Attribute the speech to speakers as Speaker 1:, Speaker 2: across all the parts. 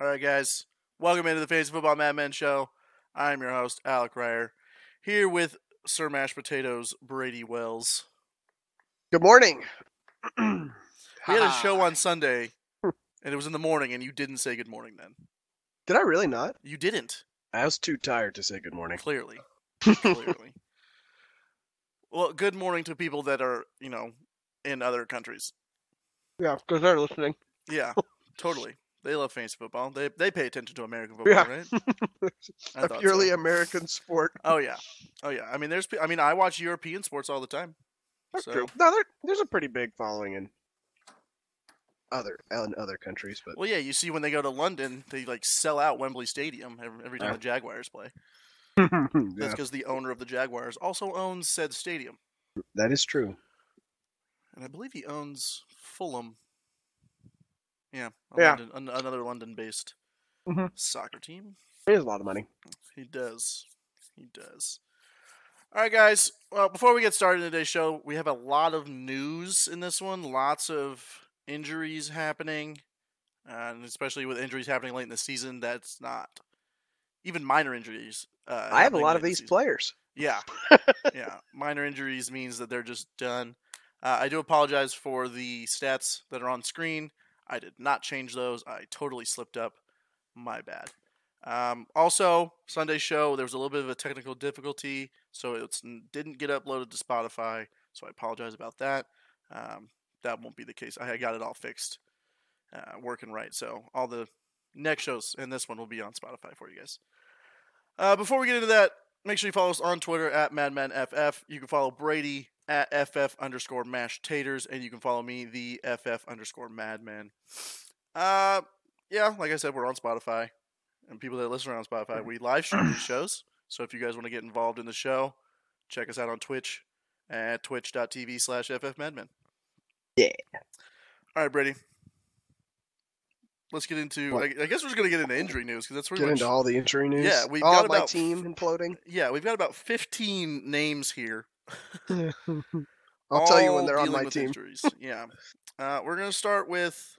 Speaker 1: All right, guys. Welcome into the Fantasy Football Mad Men Show. I'm your host, Alec Ryer, here with Sir Mashed Potatoes, Brady Wells.
Speaker 2: Good morning.
Speaker 1: We had a show on Sunday, and it was in the morning, and you didn't say good morning then.
Speaker 2: Did I really not?
Speaker 1: You didn't,
Speaker 2: I was too tired to say good morning.
Speaker 1: clearly. Clearly. well, good morning to people that are, you know, in other countries.
Speaker 2: Yeah, because they're listening.
Speaker 1: Yeah, totally. They love fantasy football. They they pay attention to American football,
Speaker 2: Yeah.
Speaker 1: right? I
Speaker 2: A
Speaker 1: thought so.
Speaker 2: purely American sport.
Speaker 1: Oh yeah, oh yeah. I mean, there's. pe- I mean, I watch European sports all the time.
Speaker 2: That's
Speaker 1: So-
Speaker 2: true. No, there, there's a pretty big following in other in other countries, but
Speaker 1: Well, yeah, you see when they go to London, they like sell out Wembley Stadium every, every time
Speaker 2: Yeah.
Speaker 1: the Jaguars play. That's
Speaker 2: yeah,
Speaker 1: because the owner of the Jaguars also owns said stadium,
Speaker 2: that is true.
Speaker 1: and I believe he owns Fulham. Yeah, a
Speaker 2: Yeah.
Speaker 1: London, an, another London-based
Speaker 2: Mhm.
Speaker 1: soccer team.
Speaker 2: It is a lot of money.
Speaker 1: He does. He does. All right, guys. Well, before we get started in today's show, we have a lot of news in this one. Lots of injuries happening, uh, and especially with injuries happening late in the season, that's not even minor injuries. Uh,
Speaker 2: I have a
Speaker 1: happening
Speaker 2: lot
Speaker 1: late
Speaker 2: of
Speaker 1: in the
Speaker 2: these
Speaker 1: season.
Speaker 2: players.
Speaker 1: Yeah, yeah. Minor injuries means that they're just done. Uh, I do apologize for the stats that are on screen. I did not change those. I totally slipped up. My bad. Um, also, Sunday show there was a little bit of a technical difficulty, so it didn't get uploaded to Spotify. So I apologize about that. Um, that won't be the case. I got it all fixed, uh, working right. So all the next shows and this one will be on Spotify for you guys. Uh, before we get into that, Make sure you follow us on Twitter at MadmanFF. You can follow Brady at FF underscore mash taters, and you can follow me, the FF underscore madman. Uh, yeah, like I said, we're on Spotify, and people that listen on Spotify, we live stream these shows. So if you guys want to get involved in the show, check us out on Twitch at twitch.tv slash FF madman.
Speaker 2: Yeah.
Speaker 1: All right, Brady. Let's get into. I,
Speaker 2: What?
Speaker 1: I guess we're just gonna get into injury news because that's pretty
Speaker 2: Get
Speaker 1: much
Speaker 2: into all the injury news.
Speaker 1: Yeah, we've
Speaker 2: all
Speaker 1: got
Speaker 2: of my
Speaker 1: about-
Speaker 2: team imploding.
Speaker 1: yeah, we've got about 15 names here.
Speaker 2: I'll tell you
Speaker 1: all
Speaker 2: when they're on
Speaker 1: dealing
Speaker 2: my
Speaker 1: with
Speaker 2: team.
Speaker 1: Injuries. yeah. Uh, we're going to start with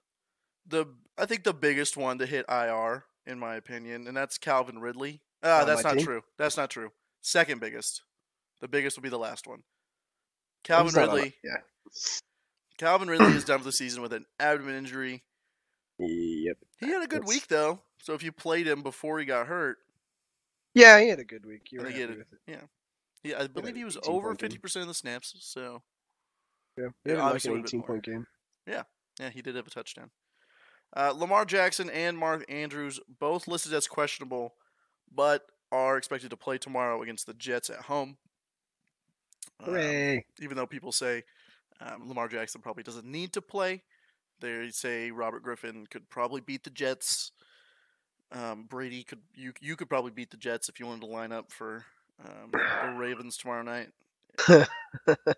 Speaker 1: the, I think the biggest one to hit IR, in my opinion, and that's Calvin Ridley. Uh,
Speaker 2: On
Speaker 1: that's
Speaker 2: my
Speaker 1: not
Speaker 2: team?
Speaker 1: true. That's not true. Second biggest. The biggest will be the last one. Calvin
Speaker 2: He's not on my-
Speaker 1: Ridley.
Speaker 2: Yeah.
Speaker 1: Calvin Ridley is done for the season with an abdomen injury.
Speaker 2: Yep.
Speaker 1: He had a good
Speaker 2: That's-
Speaker 1: week, though. So if you played him before he got hurt,
Speaker 2: Yeah, he had a good week. You
Speaker 1: I
Speaker 2: were
Speaker 1: think he
Speaker 2: happy
Speaker 1: had a-
Speaker 2: with it.
Speaker 1: yeah, I believe
Speaker 2: an
Speaker 1: he was
Speaker 2: 18
Speaker 1: over
Speaker 2: point game.
Speaker 1: 50% of the snaps. So
Speaker 2: Yeah,
Speaker 1: It
Speaker 2: he had like
Speaker 1: obviously
Speaker 2: an
Speaker 1: would've been
Speaker 2: 18 point game.
Speaker 1: Yeah, he did have a touchdown. Uh, Lamar Jackson and Mark Andrews both listed as questionable, but are expected to play tomorrow against the Jets at home. Um,
Speaker 2: Hooray!
Speaker 1: even though people say um, Lamar Jackson probably doesn't need to play, they say Robert Griffin could probably beat the Jets. Um, Brady could you you could probably beat the Jets if you wanted to line up for um, the Ravens tomorrow night. I,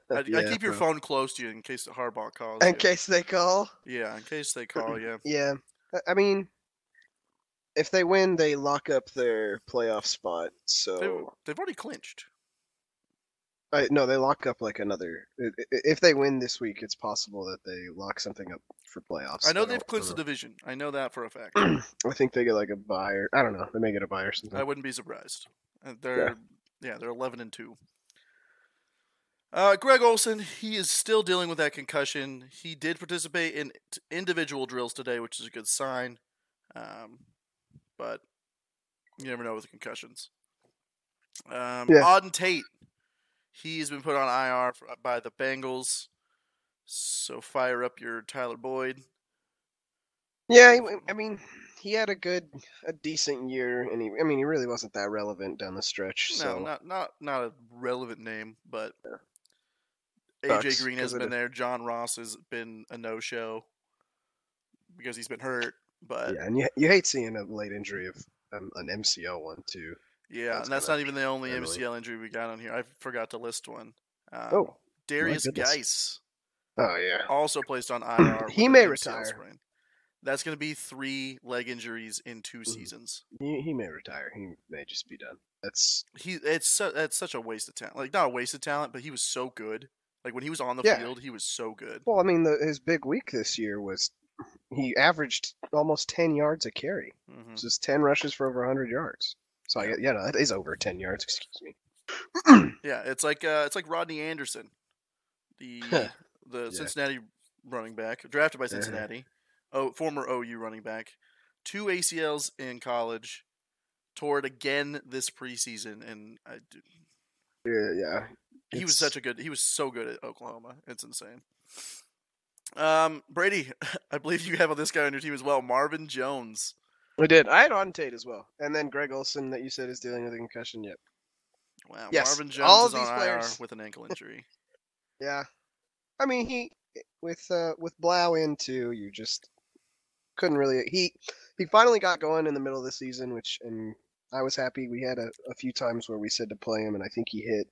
Speaker 1: I
Speaker 2: Yeah,
Speaker 1: keep your
Speaker 2: bro.
Speaker 1: phone close to you in case Harbaugh calls.
Speaker 2: In
Speaker 1: you.
Speaker 2: case they call.
Speaker 1: yeah, in case they call you.
Speaker 2: Yeah. I- I mean, if they win, they lock up their playoff spot.
Speaker 1: They've,
Speaker 2: So
Speaker 1: they've already clinched.
Speaker 2: I, no, they lock up like another. i- i- If they win this week, it's possible that they lock something up for playoffs.
Speaker 1: I know
Speaker 2: don't
Speaker 1: they've clinched the
Speaker 2: remember.
Speaker 1: division. I know that for a fact.
Speaker 2: I think they get like a buyer. I don't know. They may get a buyer or something.
Speaker 1: I wouldn't be surprised. Uh, They're yeah, they're eleven and two. Uh, Greg Olson, he is still dealing with that concussion. He did participate in t- individual drills today, which is a good sign. Um, but you never know with concussions. Um,
Speaker 2: Yeah.
Speaker 1: Auden Tate, he's been put on IR for, by the Bengals. So fire up your Tyler Boyd.
Speaker 2: Yeah, he w- I mean, he had a good, a decent year, and he. I mean, he really wasn't that relevant down the stretch. so
Speaker 1: No, not not not a relevant name, but
Speaker 2: Sucks,
Speaker 1: AJ Green
Speaker 2: 'cause
Speaker 1: has
Speaker 2: it
Speaker 1: been
Speaker 2: is-
Speaker 1: there. John Ross has been a no show because he's been hurt. But yeah,
Speaker 2: yeah, and you you hate seeing a late injury of um, an MCL one too. that's
Speaker 1: and that's
Speaker 2: kinda
Speaker 1: not even the only
Speaker 2: annoying.
Speaker 1: MCL injury we got on here. I forgot to list one. Um,
Speaker 2: Oh,
Speaker 1: Darius
Speaker 2: goodness.
Speaker 1: Geis
Speaker 2: oh yeah.
Speaker 1: also placed on IR.
Speaker 2: He
Speaker 1: with an
Speaker 2: may
Speaker 1: MCL
Speaker 2: retire.
Speaker 1: sprain. That's going to be three leg injuries in two
Speaker 2: Mhm.
Speaker 1: seasons.
Speaker 2: He, he may retire. He may just be done. That's
Speaker 1: he it's su- that's such a waste of talent. Like not a waste of talent, but he was so good. Like when he was on the
Speaker 2: Yeah.
Speaker 1: field, he was so good.
Speaker 2: well. I mean, the, his big week this year was he averaged almost 10 yards a carry.
Speaker 1: hmm
Speaker 2: It's just 10 rushes for over 100 yards. So I, yeah, no, that is over 10 yards. Excuse me.
Speaker 1: Yeah, it's like uh, it's like Rodney Anderson, the the
Speaker 2: Yeah.
Speaker 1: Cincinnati running back drafted by
Speaker 2: Uh-huh.
Speaker 1: Cincinnati, oh former OU running back, two ACLs in college, tore it again this preseason, and I d
Speaker 2: Yeah, yeah.
Speaker 1: he was such a good he was so good at Oklahoma. It's insane. Um, Brady, I believe you have this guy on your team as well, Marvin Jones.
Speaker 2: I did. I had on Tate as well, and then Greg Olson that you said is dealing with a concussion. Yep.
Speaker 1: Wow,
Speaker 2: Yes,
Speaker 1: Marvin Jones
Speaker 2: all
Speaker 1: is
Speaker 2: of these
Speaker 1: on
Speaker 2: players-
Speaker 1: IR with an ankle injury.
Speaker 2: Yeah. I mean, he with uh with Blau in too. You just couldn't really. He he finally got going in the middle of the season, which and I was happy. We had a, a few times where we said to play him, and I think he hit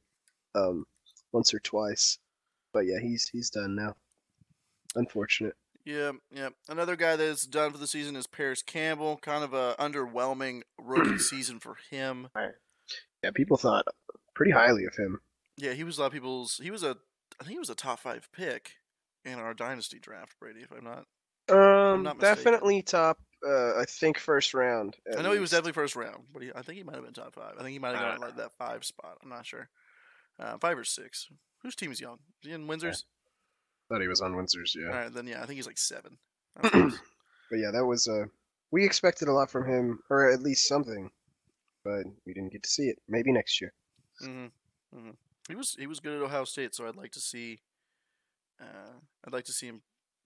Speaker 2: um once or twice. But yeah, he's he's done now. Unfortunate.
Speaker 1: Yeah, yeah. Another guy that is done for the season is Paris Campbell. Kind of a underwhelming rookie season for him.
Speaker 2: Yeah, people thought pretty highly of him.
Speaker 1: Yeah, he was a lot of people's. He was a, I think he was a top five pick in our dynasty draft, Brady. If I'm not,
Speaker 2: Um,
Speaker 1: not mistaken.
Speaker 2: definitely top. Uh, I think first round. at
Speaker 1: I know he was
Speaker 2: least.
Speaker 1: definitely first round, but he, I think he might have been top five. I think he might have gotten like that five spot. I'm not sure. Uh, five or six. Whose team is he on? Is he in Windsor's?
Speaker 2: Thought he was on Windsor's. Yeah.
Speaker 1: All right, then yeah, I think he's like seven. I'm close.
Speaker 2: But yeah, that was uh we expected a lot from him, or at least something, but we didn't get to see it. Maybe next year.
Speaker 1: hmm hmm He was he was good at Ohio State, so I'd like to see. Uh, I'd like to see him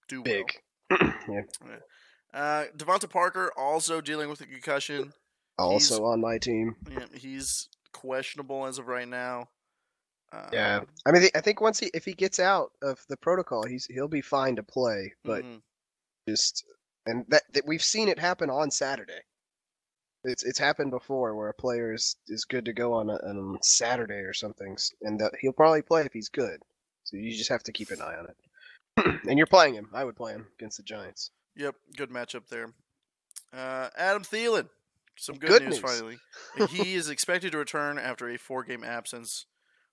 Speaker 1: do well.
Speaker 2: Big. yeah.
Speaker 1: Uh, Devonta Parker also dealing with a concussion.
Speaker 2: Also on my team.
Speaker 1: Yeah, he's questionable as of right now. Uh,
Speaker 2: Yeah. I mean, I think once he if he gets out of the protocol, he's he'll be fine to play. But
Speaker 1: mhm.
Speaker 2: just and that, that we've seen it happen on Saturday. It's it's happened before where a player is, is good to go on a, on Saturday or something, s- and that he'll probably play if he's good. So you just have to keep an eye on it. and you're playing him. I would play him against the Giants.
Speaker 1: yep, good matchup there. Uh, Adam Thielen, some good,
Speaker 2: Good
Speaker 1: news,
Speaker 2: news.
Speaker 1: finally. he is expected to return after a four-game absence.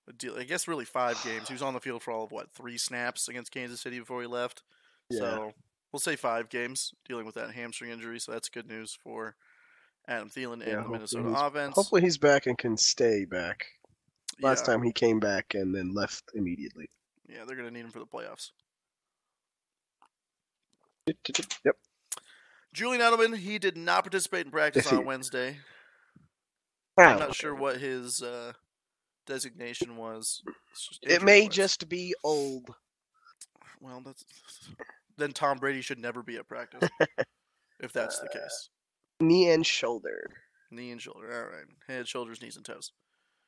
Speaker 1: A deal- I guess really five games. He was on the field for all of what three snaps against Kansas City before he left. So we'll say five games dealing with that hamstring injury. So that's good news for Adam Thielen and
Speaker 2: Yeah,
Speaker 1: the
Speaker 2: hopefully
Speaker 1: Minnesota
Speaker 2: he's-
Speaker 1: offense.
Speaker 2: Hopefully he's back and can stay back. Last
Speaker 1: yeah,
Speaker 2: time he came back and then left immediately.
Speaker 1: yeah, they're gonna need him for the playoffs.
Speaker 2: Yep.
Speaker 1: Julian Edelman, he did not participate in practice on
Speaker 2: Defeat.
Speaker 1: Wednesday. I'm
Speaker 2: Wow.
Speaker 1: not sure what his uh, designation was. s-
Speaker 2: It may
Speaker 1: injury-wise.
Speaker 2: just be old.
Speaker 1: well. That's then Tom Brady should never be at practice if that's
Speaker 2: Uh.
Speaker 1: the case.
Speaker 2: Knee and shoulder.
Speaker 1: Knee and shoulder. All right, head, shoulders, knees, and toes.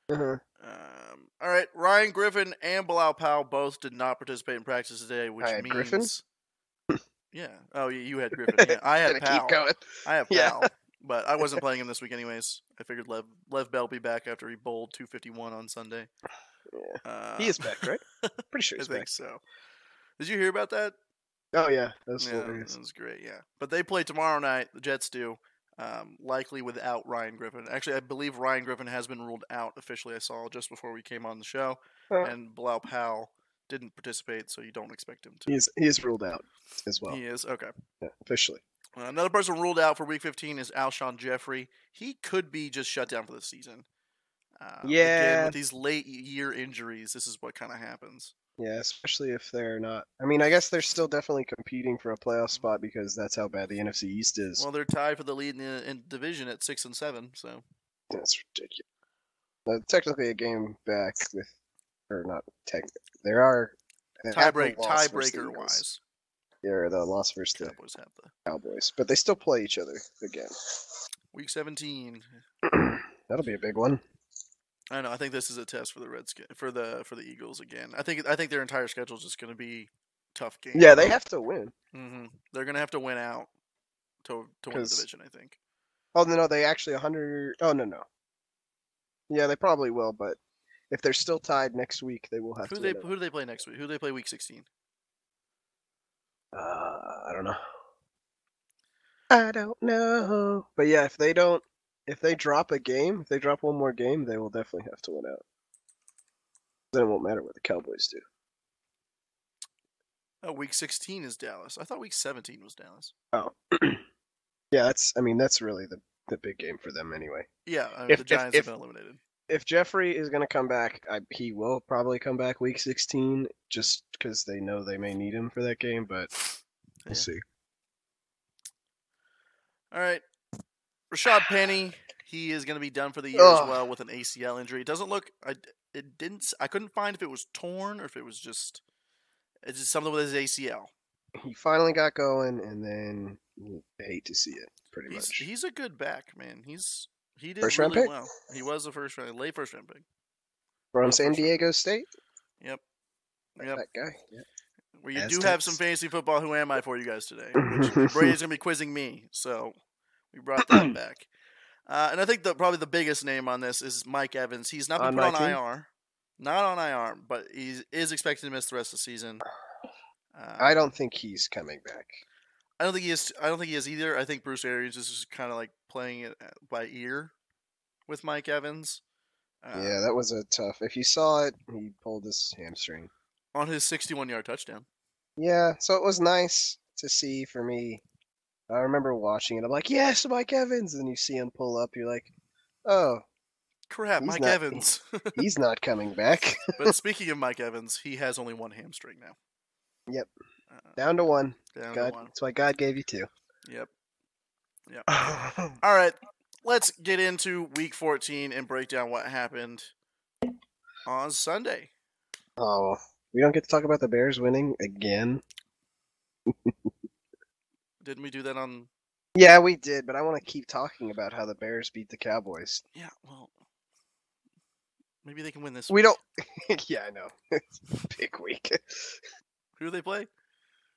Speaker 2: Uh-huh.
Speaker 1: Um, all right, Ryan Griffin and Bilal Powell both did not participate in practice today, which
Speaker 2: I had
Speaker 1: means
Speaker 2: Griffin?
Speaker 1: yeah. Oh, yeah, you had Griffin. Yeah, I had
Speaker 2: Gotta
Speaker 1: Powell.
Speaker 2: keep going.
Speaker 1: I have
Speaker 2: Yeah.
Speaker 1: Powell, but I wasn't playing him this week anyways. I figured Lev Lev Bell be back after he bowled 251 on Sunday. Uh,
Speaker 2: He is back, right? Pretty sure
Speaker 1: I
Speaker 2: he's
Speaker 1: think
Speaker 2: back.
Speaker 1: so. Did you hear about that?
Speaker 2: Oh yeah, that's
Speaker 1: yeah,
Speaker 2: hilarious.
Speaker 1: that was great. Yeah, but they play tomorrow night. The Jets do, um, likely without Ryan Griffin. Actually, I believe Ryan Griffin has been ruled out officially. I saw just before we came on the show,
Speaker 2: Huh.
Speaker 1: and Blau Powell didn't participate, so you don't expect him to.
Speaker 2: He's he's ruled out as well
Speaker 1: He is okay.
Speaker 2: yeah, officially.
Speaker 1: Another person ruled out for Week 15 is Alshon Jeffrey. He could be just shut down for the season. Uh, again,
Speaker 2: Yeah.
Speaker 1: with these late year injuries, this is what kind of happens.
Speaker 2: Yeah, especially if they're not. I mean, I guess they're still definitely competing for a playoff spot because that's how bad the NFC East is.
Speaker 1: Well, they're tied for the lead in the in division at six and seven. So
Speaker 2: That's ridiculous. Uh, technically, a game back with, or not technically. There are an
Speaker 1: tiebreak
Speaker 2: Apple loss versus the
Speaker 1: tiebreaker
Speaker 2: Eagles.
Speaker 1: wise,
Speaker 2: Yeah, the loss versus the
Speaker 1: Cowboys have the
Speaker 2: Cowboys, but they still play each other again.
Speaker 1: week seventeen.
Speaker 2: That'll be a big one.
Speaker 1: I don't know. I think this is a test for the Redskins for the for the Eagles again. I think I think their entire schedule is just going to be tough games.
Speaker 2: Yeah, they have to win.
Speaker 1: hmm They're going to have to win out to to win the
Speaker 2: 'Cause-
Speaker 1: division. I think.
Speaker 2: Oh no, no, they actually 100. Oh no, no. Yeah, they probably will, but if they're still tied next week, they will have
Speaker 1: Who
Speaker 2: to.
Speaker 1: they
Speaker 2: win it.
Speaker 1: who do they play next week? Who do they play week sixteen?
Speaker 2: Uh, I don't know. I don't know. But yeah, if they don't, if they drop a game, if they drop one more game, they will definitely have to win out. Then it won't matter what the Cowboys do.
Speaker 1: Oh, week 16 is Dallas. I thought week 17 was Dallas.
Speaker 2: Oh, yeah. That's I mean that's really the the big game for them anyway.
Speaker 1: Yeah, uh,
Speaker 2: If-
Speaker 1: the
Speaker 2: if-
Speaker 1: Giants
Speaker 2: if-
Speaker 1: have been eliminated.
Speaker 2: If Jeffrey is going to come back, I, he will probably come back week 16 just because they know they may need him for that game, but
Speaker 1: Yeah.
Speaker 2: we'll see.
Speaker 1: All right. Rashad Penny, he is going to be done for the year
Speaker 2: Ugh.
Speaker 1: as well with an ACL injury. It doesn't look I it didn't s- I couldn't find if it was torn or if it was just it's just something with his ACL.
Speaker 2: He finally got going, and then you hate to see it pretty
Speaker 1: He's,
Speaker 2: much.
Speaker 1: he's a good back, man. He's he did
Speaker 2: First round
Speaker 1: really
Speaker 2: pick?
Speaker 1: well. He was a first round late first round pick.
Speaker 2: From
Speaker 1: for
Speaker 2: San
Speaker 1: sure.
Speaker 2: Diego State,
Speaker 1: Yep.
Speaker 2: Like
Speaker 1: Yep.
Speaker 2: that guy. Yeah.
Speaker 1: Well, you do have some
Speaker 2: Aztecs.
Speaker 1: fantasy football. Who am I for you guys today? Which Brady's gonna be quizzing me, so we brought that back. Uh, and I think the probably the biggest name on this is Mike Evans. He's not been
Speaker 2: On
Speaker 1: put
Speaker 2: my
Speaker 1: on
Speaker 2: team?
Speaker 1: IR, not on IR, but he is expected to miss the rest of the season. Uh,
Speaker 2: I don't think he's coming back.
Speaker 1: I don't think he is. I don't think he is either. I think Bruce Arians is just kind of like playing it uh, by ear with Mike Evans. Uh,
Speaker 2: yeah, that was a tough. If you saw it, he pulled his hamstring.
Speaker 1: On his 61 yard touchdown.
Speaker 2: Yeah, so it was nice to see for me. I remember watching it. I'm like, yes, Mike Evans. And you see him pull up. You're like, oh,
Speaker 1: Crap,
Speaker 2: He's
Speaker 1: Mike
Speaker 2: not-
Speaker 1: Evans.
Speaker 2: he's not coming back.
Speaker 1: but speaking of Mike Evans, he has only one hamstring now.
Speaker 2: Yep.
Speaker 1: Uh,
Speaker 2: Down to one.
Speaker 1: down to
Speaker 2: God,
Speaker 1: one.
Speaker 2: that's why God gave you two. Oh,
Speaker 1: Yep. All right, let's get into week 14 and break down what happened on Sunday.
Speaker 2: oh, we don't get to talk about the Bears winning again.
Speaker 1: Didn't we do that on?
Speaker 2: Yeah, we did, but I want to keep talking about how the Bears beat the Cowboys.
Speaker 1: Yeah. Well, maybe they can win this.
Speaker 2: We don't. yeah, I know. It's a big week.
Speaker 1: Who do they play?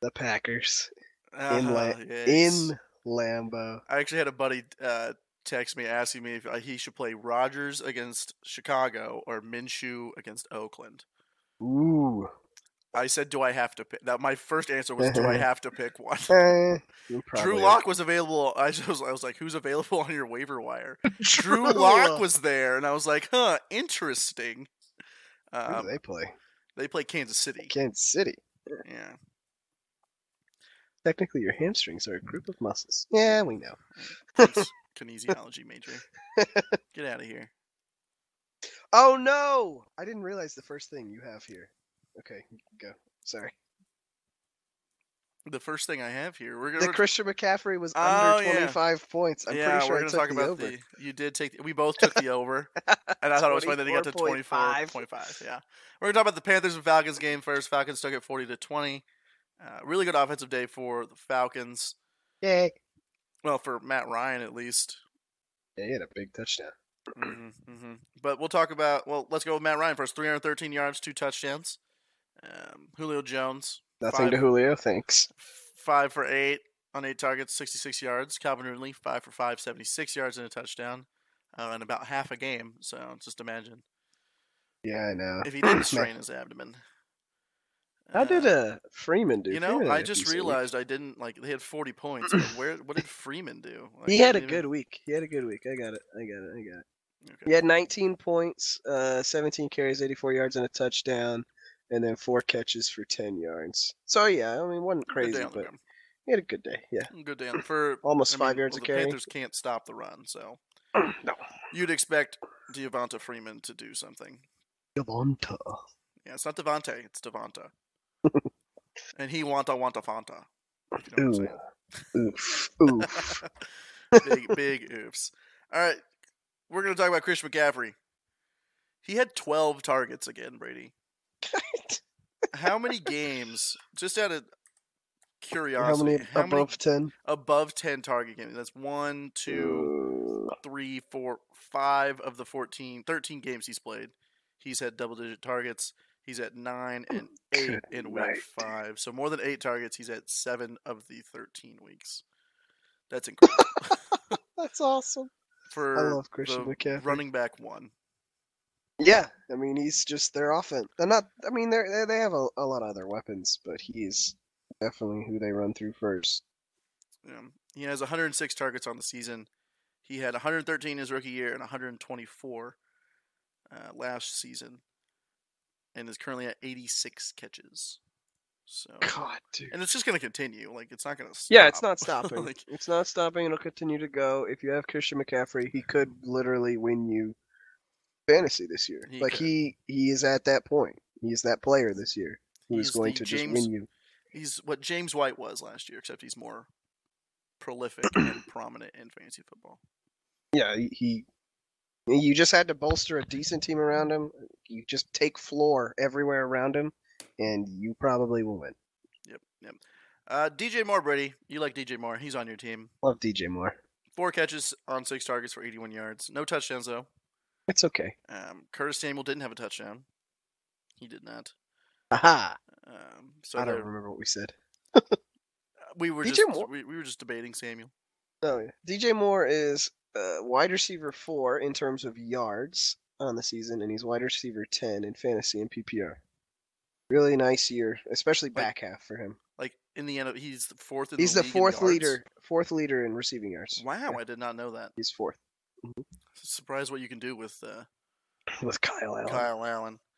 Speaker 2: The Packers
Speaker 1: Ah, yes.
Speaker 2: in Lambeau.
Speaker 1: I actually had a buddy uh, text me asking me if uh, he should play Rogers against Chicago or Minshew against Oakland.
Speaker 2: Ooh.
Speaker 1: I said, "Do I have to pick?" That my first answer was, "Do I have to pick one?"
Speaker 2: Eh, you probably
Speaker 1: Drew
Speaker 2: are
Speaker 1: Lock was available. I just was, I was like, "Who's available on your waiver wire?" Drew
Speaker 2: Lock
Speaker 1: Lock was there, and I was like, huh, interesting.
Speaker 2: Who do
Speaker 1: Um,
Speaker 2: they play?
Speaker 1: they play Kansas City.
Speaker 2: Kansas City.
Speaker 1: Yeah.
Speaker 2: Technically, your hamstrings are a group of muscles. Yeah, we know.
Speaker 1: it's Kinesiology major. Get out of here.
Speaker 2: Oh no! I didn't realize the first thing you have here. Okay, go. Sorry.
Speaker 1: The first thing I have here, we're
Speaker 2: The
Speaker 1: gonna.
Speaker 2: Christian McCaffrey was
Speaker 1: Oh,
Speaker 2: under
Speaker 1: yeah.
Speaker 2: 25 points. I'm
Speaker 1: yeah,
Speaker 2: pretty sure
Speaker 1: we're
Speaker 2: I
Speaker 1: gonna
Speaker 2: took
Speaker 1: talk
Speaker 2: the
Speaker 1: about
Speaker 2: over.
Speaker 1: the. You did take. The, we both took the over, and I thought it was funny that he got to twenty four
Speaker 2: 24.5.
Speaker 1: point five. Yeah, we're gonna talk about the Panthers and Falcons game first. Falcons took it forty to twenty. Uh, really good offensive day for the Falcons.
Speaker 2: Yay.
Speaker 1: Well, for Matt Ryan at least.
Speaker 2: Yeah, he had a big touchdown.
Speaker 1: hmm hmm But we'll talk about. Well, let's go with Matt Ryan first. 313 yards, two touchdowns. Um, Julio Jones,
Speaker 2: Nothing to
Speaker 1: Five.
Speaker 2: Julio, thanks.
Speaker 1: f- five for eight on eight targets, 66 yards. Calvin Ridley, five for five, 76 yards and a touchdown, uh, in about half a game. So just imagine
Speaker 2: Yeah, I know.
Speaker 1: if he didn't strain his abdomen.
Speaker 2: How did
Speaker 1: Uh,
Speaker 2: uh, Freeman do?
Speaker 1: you know?
Speaker 2: Freeman had
Speaker 1: I
Speaker 2: a
Speaker 1: just
Speaker 2: decent week.
Speaker 1: realized I didn't like. They had 40 points. but where? What did Freeman do? Like,
Speaker 2: He
Speaker 1: I
Speaker 2: had a
Speaker 1: didn't even-
Speaker 2: good week. He had a good week. I got it. I got it. I got it.
Speaker 1: Okay.
Speaker 2: He had 19 points, uh, 17 carries, 84 yards, and a touchdown, and then four catches for 10 yards. So yeah, I mean, wasn't
Speaker 1: Good day
Speaker 2: crazy,
Speaker 1: on the
Speaker 2: but he had a good day. Yeah,
Speaker 1: ground. Good day on- for
Speaker 2: almost
Speaker 1: I
Speaker 2: five
Speaker 1: mean,
Speaker 2: yards
Speaker 1: well,
Speaker 2: a
Speaker 1: the
Speaker 2: carry.
Speaker 1: Panthers can't stop the run, so
Speaker 2: no,
Speaker 1: you'd expect Devonta Freeman to do something.
Speaker 2: Devonta.
Speaker 1: Yeah, it's not Devonte, it's Devonta. and he wanta wanta fanta. If you know
Speaker 2: Ooh,
Speaker 1: what
Speaker 2: oof,
Speaker 1: I'm
Speaker 2: oof.
Speaker 1: saying. big big oops. All right, we're gonna talk about Chris McCaffrey. He had 12 targets again, Brady. How many games? Just out of
Speaker 2: How
Speaker 1: curiosity,
Speaker 2: many
Speaker 1: how many
Speaker 2: above 10?
Speaker 1: above 10 target games? That's one, two, three, four, five of the 14, 13 games he's played. He's had double digit targets. He's at nine and eight
Speaker 2: Good
Speaker 1: in week
Speaker 2: night.
Speaker 1: five. So more than eight targets. He's at seven of the 13 weeks. That's incredible.
Speaker 2: That's awesome. I
Speaker 1: For
Speaker 2: love Christian
Speaker 1: the
Speaker 2: McCaffrey.
Speaker 1: running back one.
Speaker 2: Yeah, I mean he's just their offense. They're not. I mean they're, they they have a, a lot of other weapons, but he's definitely who they run through first.
Speaker 1: Um, he has 106 targets on the season. He had 113 his rookie year and 124 uh, last season, and is currently at 86 catches. So,
Speaker 2: God, dude.
Speaker 1: and it's just going to continue. Like it's not going to.
Speaker 2: Yeah, it's not stopping.
Speaker 1: Like-
Speaker 2: it's not stopping. It'll continue to go. If you have Christian McCaffrey, he could literally win you fantasy this year.
Speaker 1: He
Speaker 2: like
Speaker 1: could.
Speaker 2: he he is at that point. He is that player this year who is
Speaker 1: He's
Speaker 2: going
Speaker 1: the
Speaker 2: to
Speaker 1: James-
Speaker 2: just win you.
Speaker 1: He's what James White was last year, except he's more prolific and prominent in fantasy football.
Speaker 2: Yeah, he, he. You just had to bolster a decent team around him. You just take floor everywhere around him, and you probably will win.
Speaker 1: Yep, yep. Uh, DJ Moore, Brady, you like DJ Moore? He's on your team.
Speaker 2: Love DJ Moore.
Speaker 1: Four catches on six targets for 81 yards. No touchdowns though.
Speaker 2: It's okay.
Speaker 1: Um, Curtis Samuel didn't have a touchdown. He did not.
Speaker 2: Aha!
Speaker 1: Um, so
Speaker 2: I don't
Speaker 1: there- uh,
Speaker 2: remember what we said.
Speaker 1: we were
Speaker 2: DJ
Speaker 1: just
Speaker 2: Moore-
Speaker 1: we, we were just debating Samuel.
Speaker 2: Oh yeah. DJ Moore is uh, wide receiver four in terms of yards on the season, and he's wide receiver ten in fantasy and PPR. Really nice year, especially back half for him.
Speaker 1: Like in the end, he's the fourth. In
Speaker 2: He's
Speaker 1: the,
Speaker 2: the
Speaker 1: league in
Speaker 2: fourth
Speaker 1: yards.
Speaker 2: leader, fourth leader in receiving yards.
Speaker 1: Wow, I did not know that.
Speaker 2: He's fourth
Speaker 1: Surprised what you can do with uh,
Speaker 2: with Kyle Allen.
Speaker 1: Kyle Allen.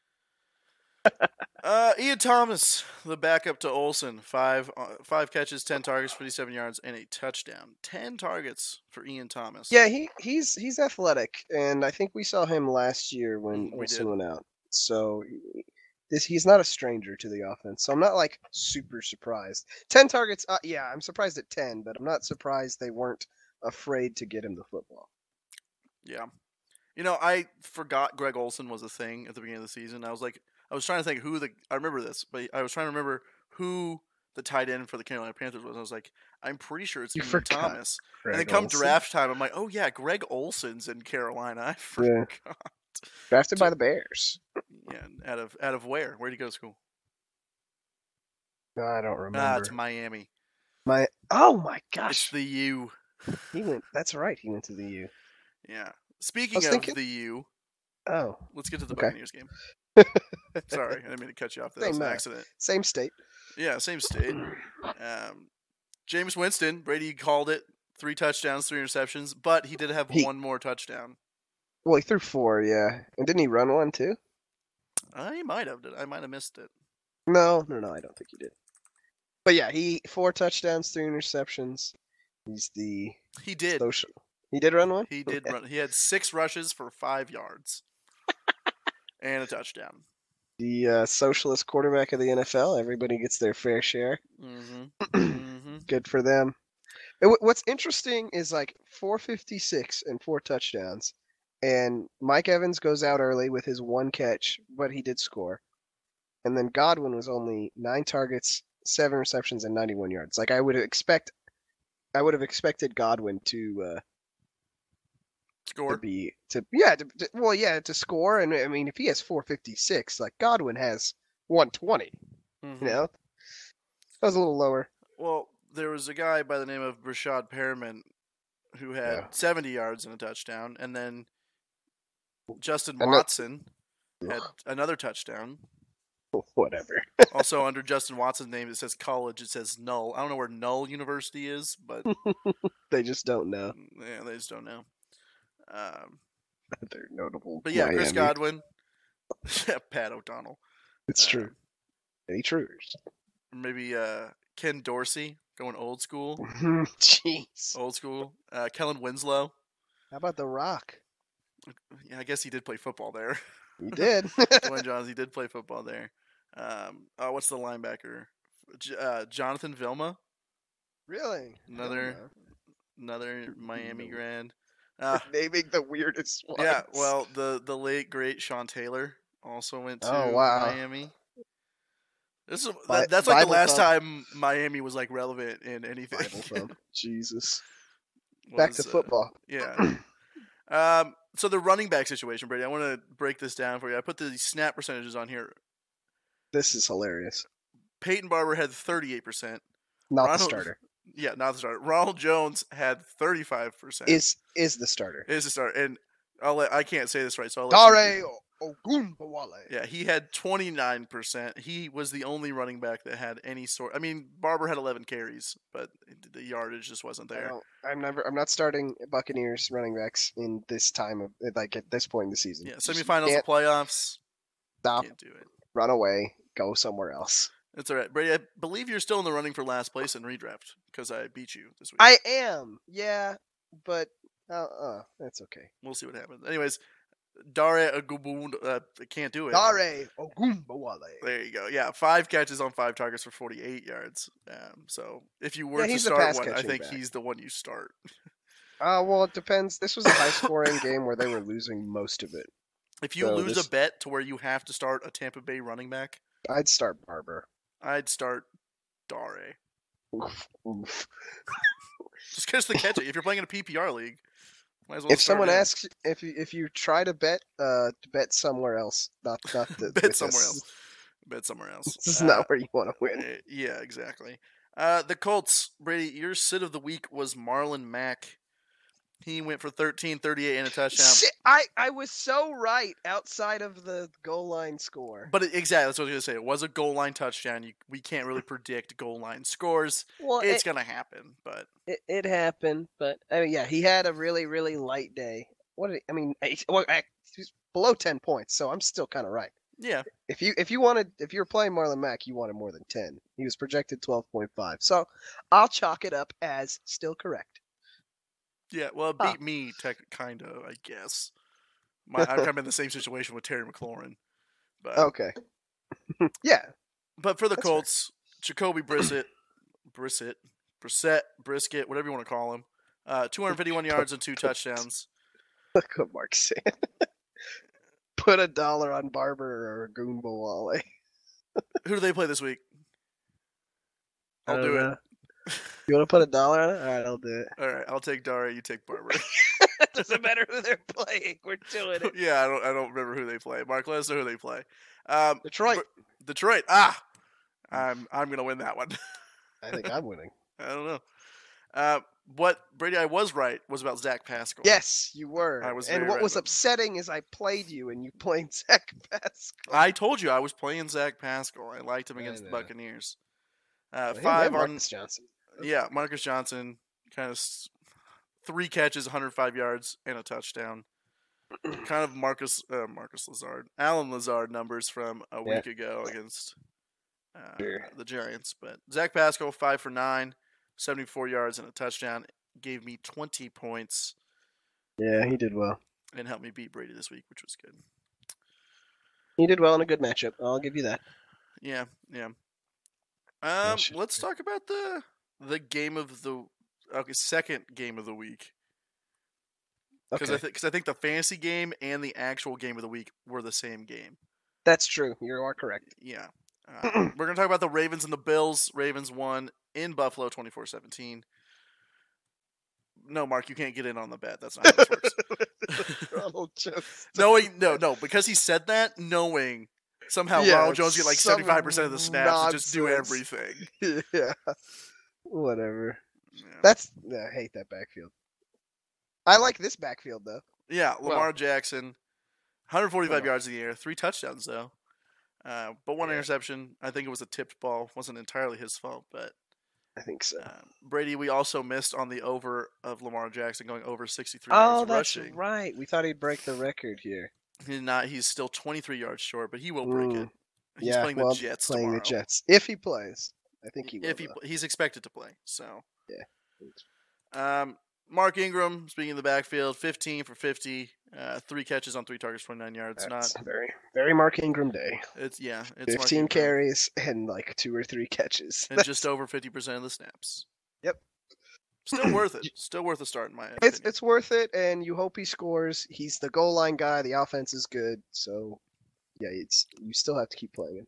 Speaker 1: uh, Ian Thomas, the backup to Olson, five uh, five catches, ten targets, fifty-seven yards, and a touchdown. Ten targets for Ian Thomas.
Speaker 2: Yeah, he he's he's athletic, and I think we saw him last year when
Speaker 1: Mhm, we
Speaker 2: Olsen
Speaker 1: did.
Speaker 2: went out. So he- this he's not a stranger to the offense. So I'm not like super surprised. Ten targets, uh, yeah, I'm surprised at ten, but I'm not surprised they weren't afraid to get him the football.
Speaker 1: yeah. You know, I forgot Greg Olson was a thing at the beginning of the season. I was like, I was trying to think who the I remember this, but I was trying to remember who the tight end for the Carolina Panthers was. and I was like, I'm pretty sure it's
Speaker 2: You
Speaker 1: Ian
Speaker 2: forgot
Speaker 1: Thomas. and then come draft time, I'm like, oh yeah, Greg Olson's in Carolina. I forgot.
Speaker 2: drafted by the Bears.
Speaker 1: Yeah, and out of out of where? Where'd he go to school?
Speaker 2: I don't remember.
Speaker 1: Ah, it's Miami.
Speaker 2: my oh my
Speaker 1: It's
Speaker 2: gosh,
Speaker 1: the U.
Speaker 2: he went. That's right, he went to the U.
Speaker 1: Yeah. Speaking of
Speaker 2: thinking-
Speaker 1: the U,
Speaker 2: Oh,
Speaker 1: let's get to the
Speaker 2: Okay.
Speaker 1: Buccaneers game. Sorry, I didn't mean to cut you off. That was
Speaker 2: Same,
Speaker 1: an
Speaker 2: uh,
Speaker 1: accident.
Speaker 2: same state.
Speaker 1: Yeah, same state. Um, James Winston, Brady called it three touchdowns, three interceptions, but he did have
Speaker 2: He-
Speaker 1: one more touchdown.
Speaker 2: Well, he threw four, yeah, and didn't he run one too?
Speaker 1: I might have. Did I might have missed it.
Speaker 2: No, no, no, I don't think he did. But yeah, he four touchdowns, three interceptions. He's the
Speaker 1: He did.
Speaker 2: social. He did run one.
Speaker 1: He did
Speaker 2: Okay.
Speaker 1: run. He had six rushes for five yards and a touchdown.
Speaker 2: The uh, socialist quarterback of the NFL. Everybody gets their fair share.
Speaker 1: hmm hmm
Speaker 2: Good for them. And wh- what's interesting is like 456 and four touchdowns, and Mike Evans goes out early with his one catch, but he did score. And then Godwin was only nine targets, seven receptions, and 91 yards. Like I would expect, I would have expected Godwin to. Uh,
Speaker 1: Score.
Speaker 2: to be to yeah to, to- well yeah to score and I mean if he has 456 like Godwin has 120
Speaker 1: Mhm.
Speaker 2: you know that was a little lower
Speaker 1: Well, there was a guy by the name of Brashad Perriman who had
Speaker 2: Yeah.
Speaker 1: 70 yards and a touchdown, and then Justin
Speaker 2: And that-
Speaker 1: Watson had
Speaker 2: Ugh,
Speaker 1: another touchdown.
Speaker 2: whatever
Speaker 1: Also, under Justin Watson's name, it says college. It says Null. I don't know where Null University is, but
Speaker 2: they just don't know
Speaker 1: yeah, they just don't know. Um,
Speaker 2: that they're notable
Speaker 1: but yeah, Chris
Speaker 2: Miami.
Speaker 1: Godwin, Pat O'Donnell,
Speaker 2: it's
Speaker 1: uh,
Speaker 2: true any truers
Speaker 1: maybe uh, Ken Dorsey going old school,
Speaker 2: jeez
Speaker 1: old school. Uh, Kellen Winslow.
Speaker 2: how about the rock
Speaker 1: Yeah, I guess he did play football there.
Speaker 2: you did
Speaker 1: Dwayne Johns, he did play football there. Um, oh, what's the linebacker? J- uh, Jonathan Vilma,
Speaker 2: really I don't
Speaker 1: Another-
Speaker 2: know.
Speaker 1: another Miami
Speaker 2: No.
Speaker 1: Grand. Uh,
Speaker 2: naming the weirdest ones.
Speaker 1: yeah, well, the the late great Sean Taylor also went to
Speaker 2: Oh, wow.
Speaker 1: Miami. This is
Speaker 2: Bi-
Speaker 1: that, that's like the
Speaker 2: Bible
Speaker 1: last
Speaker 2: thump.
Speaker 1: time Miami was like relevant in anything.
Speaker 2: Bible thumb. jesus back
Speaker 1: was,
Speaker 2: to
Speaker 1: uh,
Speaker 2: football
Speaker 1: Yeah. um, so the running back situation, Brady. I want to break this down for you. I put the snap percentages on here.
Speaker 2: this is hilarious
Speaker 1: Peyton Barber had thirty eight percent.
Speaker 2: not
Speaker 1: Ronald-
Speaker 2: the starter
Speaker 1: Yeah, not the starter. Ronald Jones had thirty five percent. Is
Speaker 2: is is the starter
Speaker 1: the starter, and I'll let, I can't say this right, so I'll let you do-
Speaker 2: Dare Ogunbowale.
Speaker 1: Yeah, he had twenty nine percent. He was the only running back that had any sort. I mean, Barber had eleven carries, but the yardage just wasn't
Speaker 2: I
Speaker 1: there.
Speaker 2: don't- I'm never. I'm not starting Buccaneers running backs in this time of like at this point in the season.
Speaker 1: Yeah,
Speaker 2: Just
Speaker 1: semifinals,
Speaker 2: can't
Speaker 1: to playoffs,
Speaker 2: stop.
Speaker 1: can't do it.
Speaker 2: Run away. Go somewhere else.
Speaker 1: It's all right, Brady. I believe you're still in the running for last place in redraft because I beat you this week.
Speaker 2: I am, yeah, but uh, uh that's okay.
Speaker 1: we'll see what happens. Anyways, Dare Agubun, uh, I can't do it.
Speaker 2: Dare Ogunbowale.
Speaker 1: There you go. Yeah, five catches on five targets for 48 yards. Um, so if you were
Speaker 2: Yeah,
Speaker 1: to
Speaker 2: he's the
Speaker 1: start
Speaker 2: pass
Speaker 1: one, I
Speaker 2: catching
Speaker 1: think
Speaker 2: back.
Speaker 1: he's the one you start.
Speaker 2: Uh, well, it depends. This was a high scoring game where they were losing most of it.
Speaker 1: If you
Speaker 2: So
Speaker 1: lose
Speaker 2: this-
Speaker 1: a bet to where you have to start a Tampa Bay running back,
Speaker 2: I'd start Barber.
Speaker 1: I'd start Dare.
Speaker 2: Oof, oof.
Speaker 1: Just catch the catch. if you're playing in a PPR league, might as well. start
Speaker 2: If someone
Speaker 1: him.
Speaker 2: asks, if you if you try to bet, uh, bet somewhere else, not not the,
Speaker 1: bet
Speaker 2: with
Speaker 1: somewhere
Speaker 2: us.
Speaker 1: else. Bet somewhere else.
Speaker 2: This is
Speaker 1: Uh,
Speaker 2: not where you want to win.
Speaker 1: Uh, yeah, exactly. Uh, the Colts, Brady, your sit of the week was Marlon Mack. He went for 13, 38 and a touchdown.
Speaker 2: Shit, I I was so right outside of the goal line score.
Speaker 1: But it, exactly, that's what I was going to say. It was a goal line touchdown. You, we can't really predict goal line scores.
Speaker 2: well, it-
Speaker 1: It's going to happen, but
Speaker 2: it, it happened, but I mean, yeah, he had a really really light day. What did he, I mean, eight, well, ac- he's below ten points, so I'm still kind of right.
Speaker 1: yeah,
Speaker 2: If you if you wanted if you were playing Marlon Mack, you wanted more than ten. He was projected twelve point five, so I'll chalk it up as still correct.
Speaker 1: yeah. Well, it beat
Speaker 2: Huh.
Speaker 1: me, tech, kind of, I guess. My, I've kind of in the same situation with Terry McLaurin. But,
Speaker 2: Okay. yeah,
Speaker 1: but for the
Speaker 2: Oh, that's fair.
Speaker 1: Colts, Jacoby Brissett, Brissett, Brissett, Brisket, whatever you want to call him, uh, 251 yards and two touchdowns.
Speaker 2: look what Mark's saying. Put a dollar on Barber or Goomba Wale.
Speaker 1: Who do they play this week? I'll do
Speaker 2: Uh,
Speaker 1: it.
Speaker 2: You want to put a dollar on it? All right, I'll do it.
Speaker 1: All right, I'll take Dara. You take Barber.
Speaker 2: it doesn't matter who they're playing. We're doing it.
Speaker 1: yeah, I don't. I don't remember who they play. Mark, let us know who they play. Um,
Speaker 2: Detroit.
Speaker 1: Detroit. Ah, I'm. I'm gonna win that one.
Speaker 2: I think I'm winning.
Speaker 1: I don't know. Uh, what Brady? I was right. Was about Zach Pascal.
Speaker 2: Yes, you were.
Speaker 1: I was
Speaker 2: and
Speaker 1: very
Speaker 2: what
Speaker 1: right
Speaker 2: was
Speaker 1: about that.
Speaker 2: upsetting is I played you and you played Zach Pascal.
Speaker 1: I told you I was playing Zach Pascal. I liked him
Speaker 2: I
Speaker 1: against the
Speaker 2: know.
Speaker 1: Buccaneers. Uh,
Speaker 2: Well, he
Speaker 1: five
Speaker 2: led
Speaker 1: on
Speaker 2: Marcus Johnson.
Speaker 1: yeah, Marcus Johnson, kind of s- three catches, 105 yards, and a touchdown. kind of Marcus uh, Marcus Lazard, Alan Lazard numbers from a
Speaker 2: Yeah.
Speaker 1: week ago against uh,
Speaker 2: Sure.
Speaker 1: the Giants. But Zach Pascal, five for nine, 74 yards and a touchdown, gave me 20 points
Speaker 2: Yeah, he did well.
Speaker 1: and helped me beat Brady this week, which was good.
Speaker 2: He did well in a good matchup. I'll give you that.
Speaker 1: Yeah, yeah.
Speaker 2: Yeah,
Speaker 1: Um,
Speaker 2: shit.
Speaker 1: let's talk about the the game of the okay second game of the week. because
Speaker 2: Okay.
Speaker 1: I think because I think the fantasy game and the actual game of the week were the same game.
Speaker 2: That's true. You are correct.
Speaker 1: Yeah, uh, we're gonna talk about the Ravens and the Bills. Ravens won in Buffalo, 24-17. No, Mark, you can't get in on the bet. That's not how this works.
Speaker 2: Ronald Jones.
Speaker 1: knowing no, no, because he said that, knowing somehow
Speaker 2: Yeah,
Speaker 1: Ronald Jones get like
Speaker 2: some
Speaker 1: seventy five percent of the snaps and just do
Speaker 2: nonsense.
Speaker 1: everything.
Speaker 2: yeah. Whatever.
Speaker 1: Yeah,
Speaker 2: That's I hate that backfield. I like this backfield though.
Speaker 1: Yeah,
Speaker 2: well-
Speaker 1: Lamar Jackson, one hundred forty five
Speaker 2: Well.
Speaker 1: yards in the air, three touchdowns though. Uh, but one
Speaker 2: Yeah.
Speaker 1: interception. I think it was a tipped ball. wasn't entirely his fault, but
Speaker 2: I think so.
Speaker 1: Um, Brady, we also missed on the over of Lamar Jackson going over 63
Speaker 2: Oh,
Speaker 1: yards
Speaker 2: that's
Speaker 1: rushing.
Speaker 2: right. We thought he'd break the record here.
Speaker 1: He's not. He's still 23 yards short, but he will break it.
Speaker 2: Mm,
Speaker 1: He's
Speaker 2: yeah,
Speaker 1: playing
Speaker 2: well,
Speaker 1: the Jets
Speaker 2: playing
Speaker 1: tomorrow.
Speaker 2: the Jets if he plays. I think he will.
Speaker 1: if he pl- he's expected to play, so
Speaker 2: Yeah.
Speaker 1: Um, Mark Ingram, speaking of the backfield, 15 for 50, uh, three catches on three targets, 29 yards.
Speaker 2: It's
Speaker 1: Not.
Speaker 2: very very Mark Ingram day.
Speaker 1: It's yeah. It's Mark
Speaker 2: Fifteen
Speaker 1: Ingram,
Speaker 2: carries and like two or three catches.
Speaker 1: and just over 50 percent of the snaps.
Speaker 2: Yep.
Speaker 1: Still worth it. Still worth a start in my opinion.
Speaker 2: It's it's worth it, and you hope he scores. He's the goal line guy. The offense is good, so yeah, it's you still have to keep playing. him.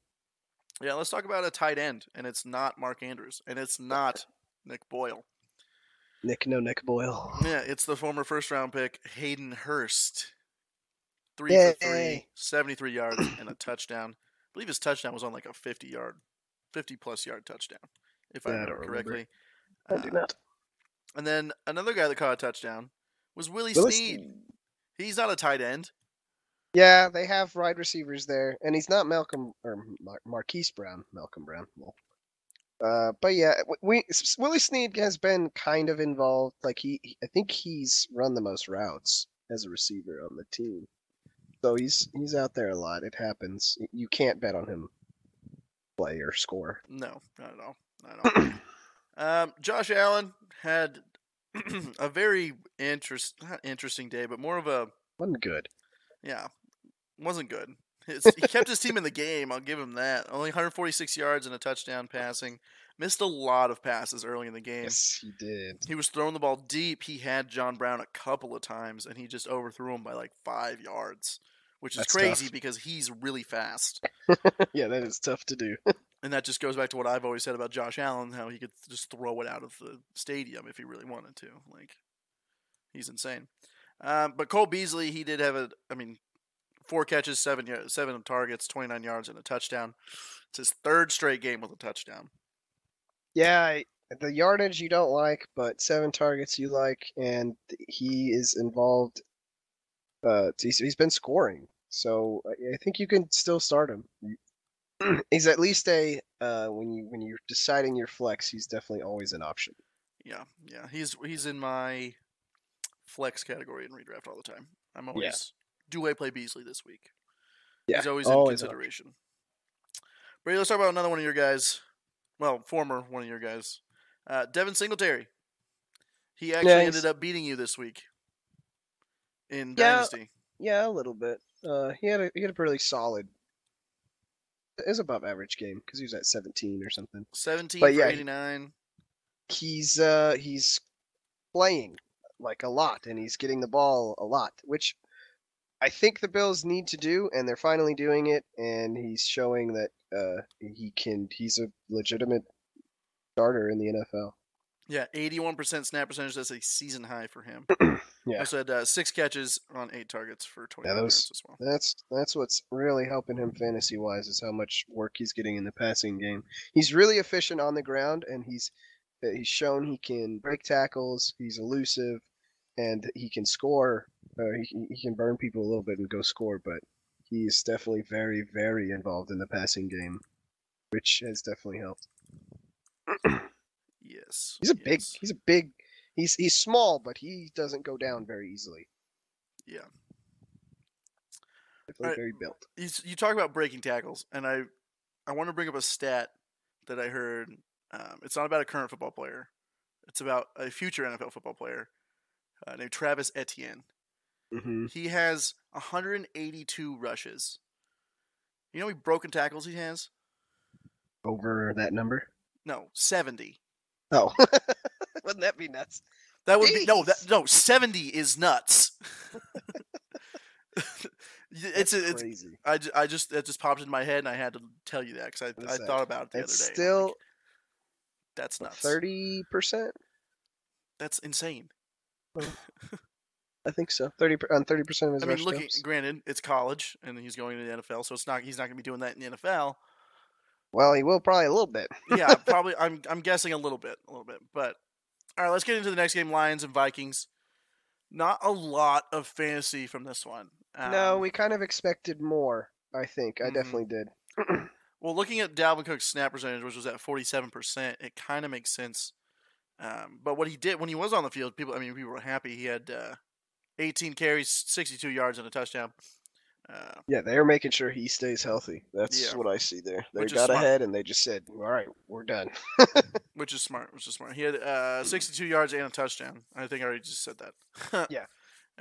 Speaker 1: Yeah, let's talk about a tight end, and it's not Mark Andrews, and it's not Nick Boyle.
Speaker 2: Nick no Nick Boyle.
Speaker 1: Yeah, it's the former first round pick, Hayden Hurst. Three for three,
Speaker 2: Yay.
Speaker 1: 73 yards, and a touchdown. I believe his touchdown was on like a 50 yard, 50 plus yard touchdown, if I
Speaker 2: Yeah, I
Speaker 1: remember
Speaker 2: don't remember.
Speaker 1: correctly.
Speaker 2: I do
Speaker 1: Uh,
Speaker 2: not.
Speaker 1: and then another guy that caught a touchdown was Willie
Speaker 2: Willis-
Speaker 1: Sneed. He's not a tight end.
Speaker 2: Yeah, they have wide receivers there, and he's not Malcolm or Mar- Marquise Brown. Malcolm Brown. Well, uh, but yeah, w- we S- S- Willie Snead has been kind of involved. Like he, he- I think he's run the most routes as a receiver on the team, so he's he's out there a lot. It happens. Y- You can't bet on him. play or score.
Speaker 1: No, not at all. Not at all. um, Josh Allen had a very interest not interesting day, but more of a
Speaker 2: Wasn't good.
Speaker 1: yeah, wasn't good. His, he kept his team in the game. I'll give him that. Only 146 yards and a touchdown passing. Missed a lot of passes early in the game.
Speaker 2: Yes, he did.
Speaker 1: He was throwing the ball deep. He had John Brown a couple of times, and he just overthrew him by like five yards, which is
Speaker 2: That's
Speaker 1: crazy
Speaker 2: tough.
Speaker 1: because he's really fast.
Speaker 2: yeah, that is tough to do.
Speaker 1: And that just goes back to what I've always said about Josh Allen, how he could just throw it out of the stadium if he really wanted to. Like, he's insane. Um, but Cole Beasley, he did have a, I mean, four catches, seven ya- seven targets, 29 yards, and a touchdown. It's his third straight game with a touchdown.
Speaker 2: Yeah, I, the yardage you don't like, but seven targets you like, and he is involved. Uh, he's, he's been scoring, so uh, I, I think you can still start him. he's at least a uh, when you when you're deciding your flex, he's definitely always an option.
Speaker 1: Yeah, yeah, he's he's in my flex category in redraft all the time. I'm always do I play Beasley this week?
Speaker 2: Yeah,
Speaker 1: he's always,
Speaker 2: always
Speaker 1: in
Speaker 2: an
Speaker 1: consideration. Brady, let's talk about another one of your guys. Well, former one of your guys, uh, Devin Singletary. He actually
Speaker 2: he's-
Speaker 1: ended up beating you this week in
Speaker 2: Yeah.
Speaker 1: Dynasty.
Speaker 2: Yeah, a little bit. Uh, he had a he had a pretty solid. It was above average game because he was at 17 or something.
Speaker 1: 17
Speaker 2: But
Speaker 1: for
Speaker 2: yeah, he-
Speaker 1: 89.
Speaker 2: he's uh he's playing like a lot and he's getting the ball a lot which i think the bills need to do and they're finally doing it and he's showing that uh he can he's a legitimate starter in the nfl
Speaker 1: Yeah, 81% snap percentage. That's a season high for him.
Speaker 2: Yeah.
Speaker 1: Also had uh, six catches on eight targets for 20
Speaker 2: that was-
Speaker 1: yards as well.
Speaker 2: that's that's what's really helping him fantasy wise is how much work he's getting in the passing game he's really efficient on the ground and he's uh, he's shown he can break tackles he's elusive and he can score. Uh, he, he can burn people a little bit and go score, but he's definitely very, very involved in the passing game, which has definitely helped.
Speaker 1: Yes.
Speaker 2: He's a big.
Speaker 1: yes.
Speaker 2: He's a big. He's he's small, but he doesn't go down very easily.
Speaker 1: Yeah.
Speaker 2: Definitely
Speaker 1: Alright.
Speaker 2: very built.
Speaker 1: you, s- you talk about breaking tackles, and I I want to bring up a stat that I heard. Um, it's not about a current football player. It's about a future NFL football player uh, named Travis Etienne.
Speaker 2: hmm
Speaker 1: He has 182 rushes. You know how many broken tackles he has?
Speaker 2: Over that number.
Speaker 1: No, 70.
Speaker 2: Oh, wouldn't that be nuts?
Speaker 1: That would be no, that,
Speaker 2: Jeez.
Speaker 1: no, 70 is nuts. it's
Speaker 2: That's
Speaker 1: it's
Speaker 2: crazy.
Speaker 1: I, ju- I just that just popped in my head and I had to tell you that because I, I
Speaker 2: That's sad.
Speaker 1: thought about it the
Speaker 2: It's
Speaker 1: other day. and I'm like,
Speaker 2: still
Speaker 1: that's nuts.
Speaker 2: thirty percent.
Speaker 1: That's insane.
Speaker 2: I think so. Thirty per- on thirty percent of his
Speaker 1: I mean,
Speaker 2: rush
Speaker 1: looking
Speaker 2: attempts.
Speaker 1: granted, it's college and he's going to the NFL, so it's not he's not going to be doing that in the NFL.
Speaker 2: Well, he will probably a little bit.
Speaker 1: Yeah, probably. I'm I'm guessing a little bit, a little bit. But all right, let's get into the next game: Lions and Vikings. Not a lot of fantasy from this one.
Speaker 2: no,
Speaker 1: Um,
Speaker 2: we kind of expected more. I think I
Speaker 1: Mhm.
Speaker 2: definitely did.
Speaker 1: Well, looking at Dalvin Cook's snap percentage, which was at forty-seven percent, it kind of makes sense. Um, but what he did when he was on the field, people—I mean, people were happy. He had uh, eighteen carries, sixty-two yards, and a touchdown. Uh,
Speaker 2: Yeah, they're making sure he stays healthy. That's
Speaker 1: Yeah.
Speaker 2: what I see there. They
Speaker 1: Which is
Speaker 2: got
Speaker 1: smart.
Speaker 2: ahead and they just said, "All right, we're done."
Speaker 1: Which is smart. Which is smart. He had uh, 62 yards and a touchdown. I think I already just said that.
Speaker 2: Yeah.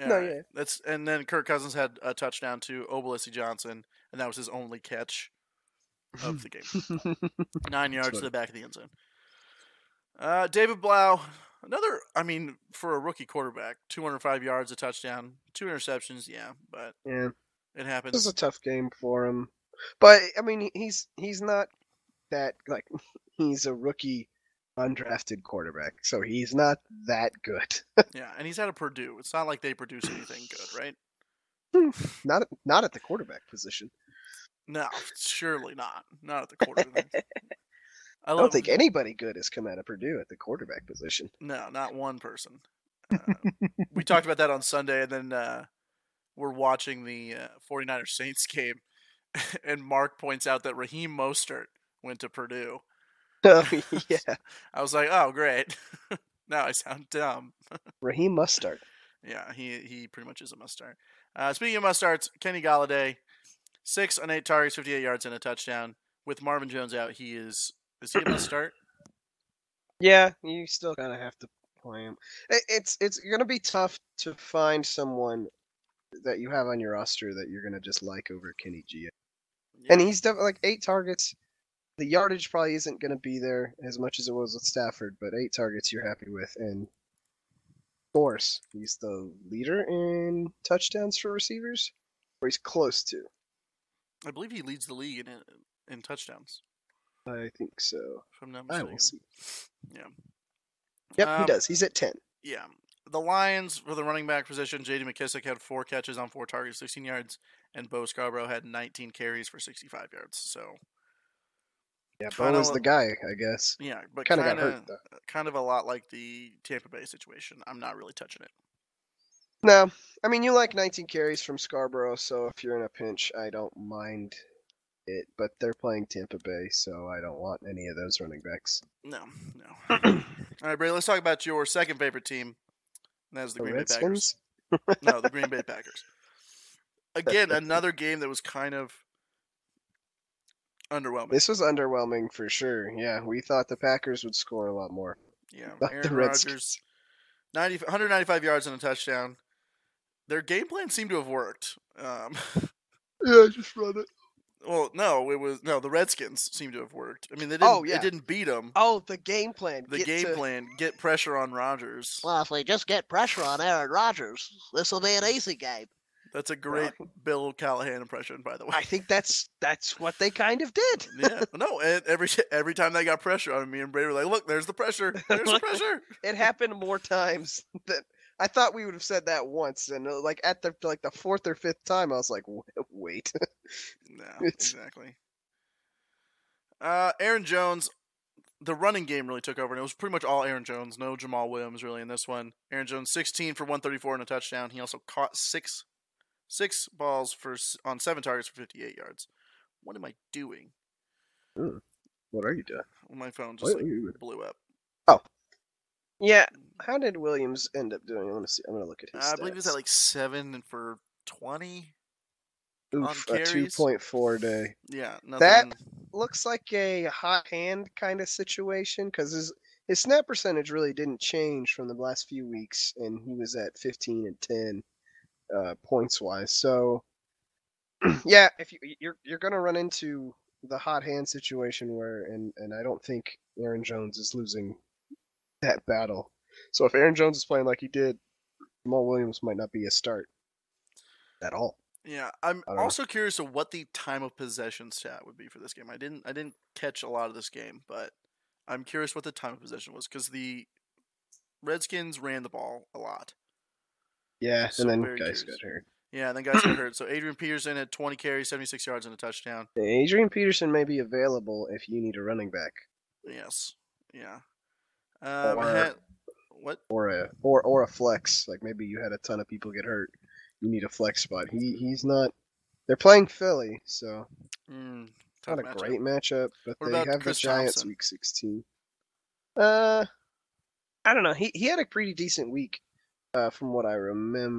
Speaker 1: All
Speaker 2: No,
Speaker 1: right.
Speaker 2: yeah.
Speaker 1: That's and then Kirk Cousins had a touchdown to Obelisi Johnson, and that was his only catch of the game. Nine yards to
Speaker 2: funny.
Speaker 1: the back of the end zone. Uh, David Blau, another. I mean, for a rookie quarterback, 205 yards, a touchdown, two interceptions. Yeah, but
Speaker 2: yeah,
Speaker 1: it
Speaker 2: this is
Speaker 1: happens.
Speaker 2: a tough game for him, but I mean, he- he's he's not that like he's a rookie, undrafted quarterback, so he's not that good.
Speaker 1: yeah, and he's out of Purdue. It's not like they produce anything good, right?
Speaker 2: Not not at the quarterback position.
Speaker 1: No, surely not. Not at the quarterback. I
Speaker 2: I
Speaker 1: love
Speaker 2: don't think anybody good has come out of Purdue at the quarterback position.
Speaker 1: No, not one person. Uh, we talked about that on Sunday, and then uh, we're watching the uh, 49ers Saints game, and Mark points out that Raheem Mostert went to Purdue.
Speaker 2: Oh yeah,
Speaker 1: I was like, oh, great. now I sound dumb.
Speaker 2: Raheem Mustard.
Speaker 1: Yeah, he, he pretty much is a must start. Uh, speaking of must starts, Kenny Galladay, six on eight targets, 58 yards, and a touchdown. with Marvin Jones out, he is is he going to start?
Speaker 2: Yeah, you still kind of have to play him. It, it's it's gonna be tough to find someone that you have on your roster that you're gonna just like over Kenny G. And he's definitely like eight targets. The yardage probably isn't gonna be there as much as it was with Stafford, but eight targets you're happy with. And of course, he's the leader in touchdowns for receivers, or he's close to.
Speaker 1: I believe he leads the league in in touchdowns.
Speaker 2: I think so.
Speaker 1: If I'm not
Speaker 2: I
Speaker 1: mistaken.
Speaker 2: will see.
Speaker 1: Yeah.
Speaker 2: Yep, he
Speaker 1: Um,
Speaker 2: does. He's at ten.
Speaker 1: Yeah. The Lions for the running back position, J.D. McKissick had four catches on four targets, 16 yards, and Bo Scarborough had 19 carries for 65 yards. So
Speaker 2: Yeah, Bo
Speaker 1: kinda
Speaker 2: was
Speaker 1: wa-
Speaker 2: the guy, I guess.
Speaker 1: yeah, but
Speaker 2: Kind
Speaker 1: kind
Speaker 2: of got hurt
Speaker 1: of
Speaker 2: though.
Speaker 1: kind of a lot like the Tampa Bay situation. I'm not really touching it.
Speaker 2: No, I mean you like 19 carries from Scarborough, so if you're in a pinch, I don't mind it. But they're playing Tampa Bay, so I don't want any of those running backs.
Speaker 1: No, no. All right, Brady. Let's talk about your second favorite team. And that is the,
Speaker 2: The
Speaker 1: Green Bay Packers.
Speaker 2: Redskins.
Speaker 1: no, the Green Bay Packers. Again, another game that was kind of underwhelming.
Speaker 2: This was underwhelming for sure. Yeah, we thought the Packers would score a lot more.
Speaker 1: Yeah,
Speaker 2: Not the
Speaker 1: Aaron
Speaker 2: Redskins.
Speaker 1: Rodgers, 90, 195 yards and a touchdown. Their game plan seemed to have worked. Um,
Speaker 2: Yeah, just run it.
Speaker 1: well, no, it was no. The Redskins seemed to have worked. I mean, they didn't.
Speaker 2: Oh, yeah.
Speaker 1: It didn't beat them.
Speaker 2: Oh, the game plan.
Speaker 1: The game plan get pressure on Rodgers.
Speaker 3: Well, if we just get pressure on Aaron Rodgers, this will be an easy game.
Speaker 1: That's a great Bill Callahan impression, by the way.
Speaker 2: I think that's that's what they kind of did.
Speaker 1: yeah, no. And every every time they got pressure on me and Brady were like, "Look, there's the pressure. There's the pressure."
Speaker 2: It happened more times than I thought we would have said that once, and uh, like at the like the fourth or fifth time, I was like, "Wa- wait.
Speaker 1: No,
Speaker 2: It's-
Speaker 1: exactly. Uh, Aaron Jones, the running game really took over, and it was pretty much all Aaron Jones. No Jamal Williams really in this one. Aaron Jones, sixteen for one thirty-four and a touchdown. He also caught six, six balls for s- on seven targets for fifty-eight yards. What am I doing? Oh,
Speaker 2: What are you doing?
Speaker 1: My phone just like blew up.
Speaker 2: Yeah. How did Williams end up doing? I want to see. I'm gonna look at his.
Speaker 1: Uh, Mm. I believe it's
Speaker 2: stats.
Speaker 1: at like seven and for twenty.
Speaker 2: Oof,
Speaker 1: on
Speaker 2: a
Speaker 1: carries.
Speaker 2: 2.4 day.
Speaker 1: Yeah, nothing.
Speaker 2: That- Looks like a hot hand kind of situation because his his snap percentage really didn't change from the last few weeks, and he was at 15 and 10 uh, points wise. So yeah, if you you're you're gonna run into the hot hand situation where and and I don't think Aaron Jones is losing that battle. So if Aaron Jones is playing like he did, Jamal Williams might not be a start at all.
Speaker 1: Yeah, I'm
Speaker 2: I don't know.
Speaker 1: also curious of what the time of possession stat would be for this game. I didn't I didn't catch a lot of this game, but I'm curious what the time of possession was because the Redskins ran the ball a lot.
Speaker 2: Yeah,
Speaker 1: So
Speaker 2: and then
Speaker 1: very curious.
Speaker 2: guys got hurt.
Speaker 1: Yeah, and then guys got hurt. So Adrian Peterson had 20 carries, 76 yards, and a touchdown.
Speaker 2: Adrian Peterson may be available if you need a running back
Speaker 1: Yes, yeah. Um,
Speaker 2: Or-
Speaker 1: had- what?
Speaker 2: or a or or a flex. Like maybe you had a ton of people get hurt, you need a flex spot. He he's not. They're playing Philly, so
Speaker 1: Mm, tough
Speaker 2: not a
Speaker 1: matchup.
Speaker 2: great matchup. But
Speaker 1: What
Speaker 2: they
Speaker 1: about
Speaker 2: have
Speaker 1: Chris
Speaker 2: the Giants
Speaker 1: Thompson?
Speaker 2: week sixteen. Uh, I don't know. He he had a pretty decent week, uh, from what I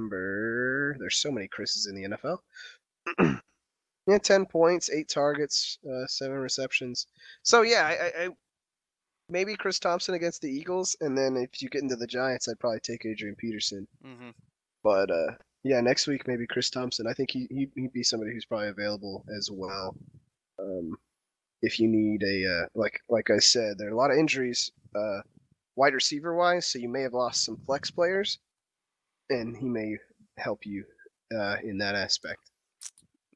Speaker 2: remember. There's so many Chris's in the NFL. yeah, ten points, eight targets, uh, seven receptions. So yeah, I, I, I maybe Chris Thompson against the Eagles, and then if you get into the Giants, I'd probably take Adrian Peterson.
Speaker 1: Mhm.
Speaker 2: But uh, yeah, next week maybe Chris Thompson. I think he, he he'd be somebody who's probably available as well. Um, if you need a uh, like like I said, there are a lot of injuries uh, wide receiver wise, so you may have lost some flex players, and he may help you uh, in that aspect.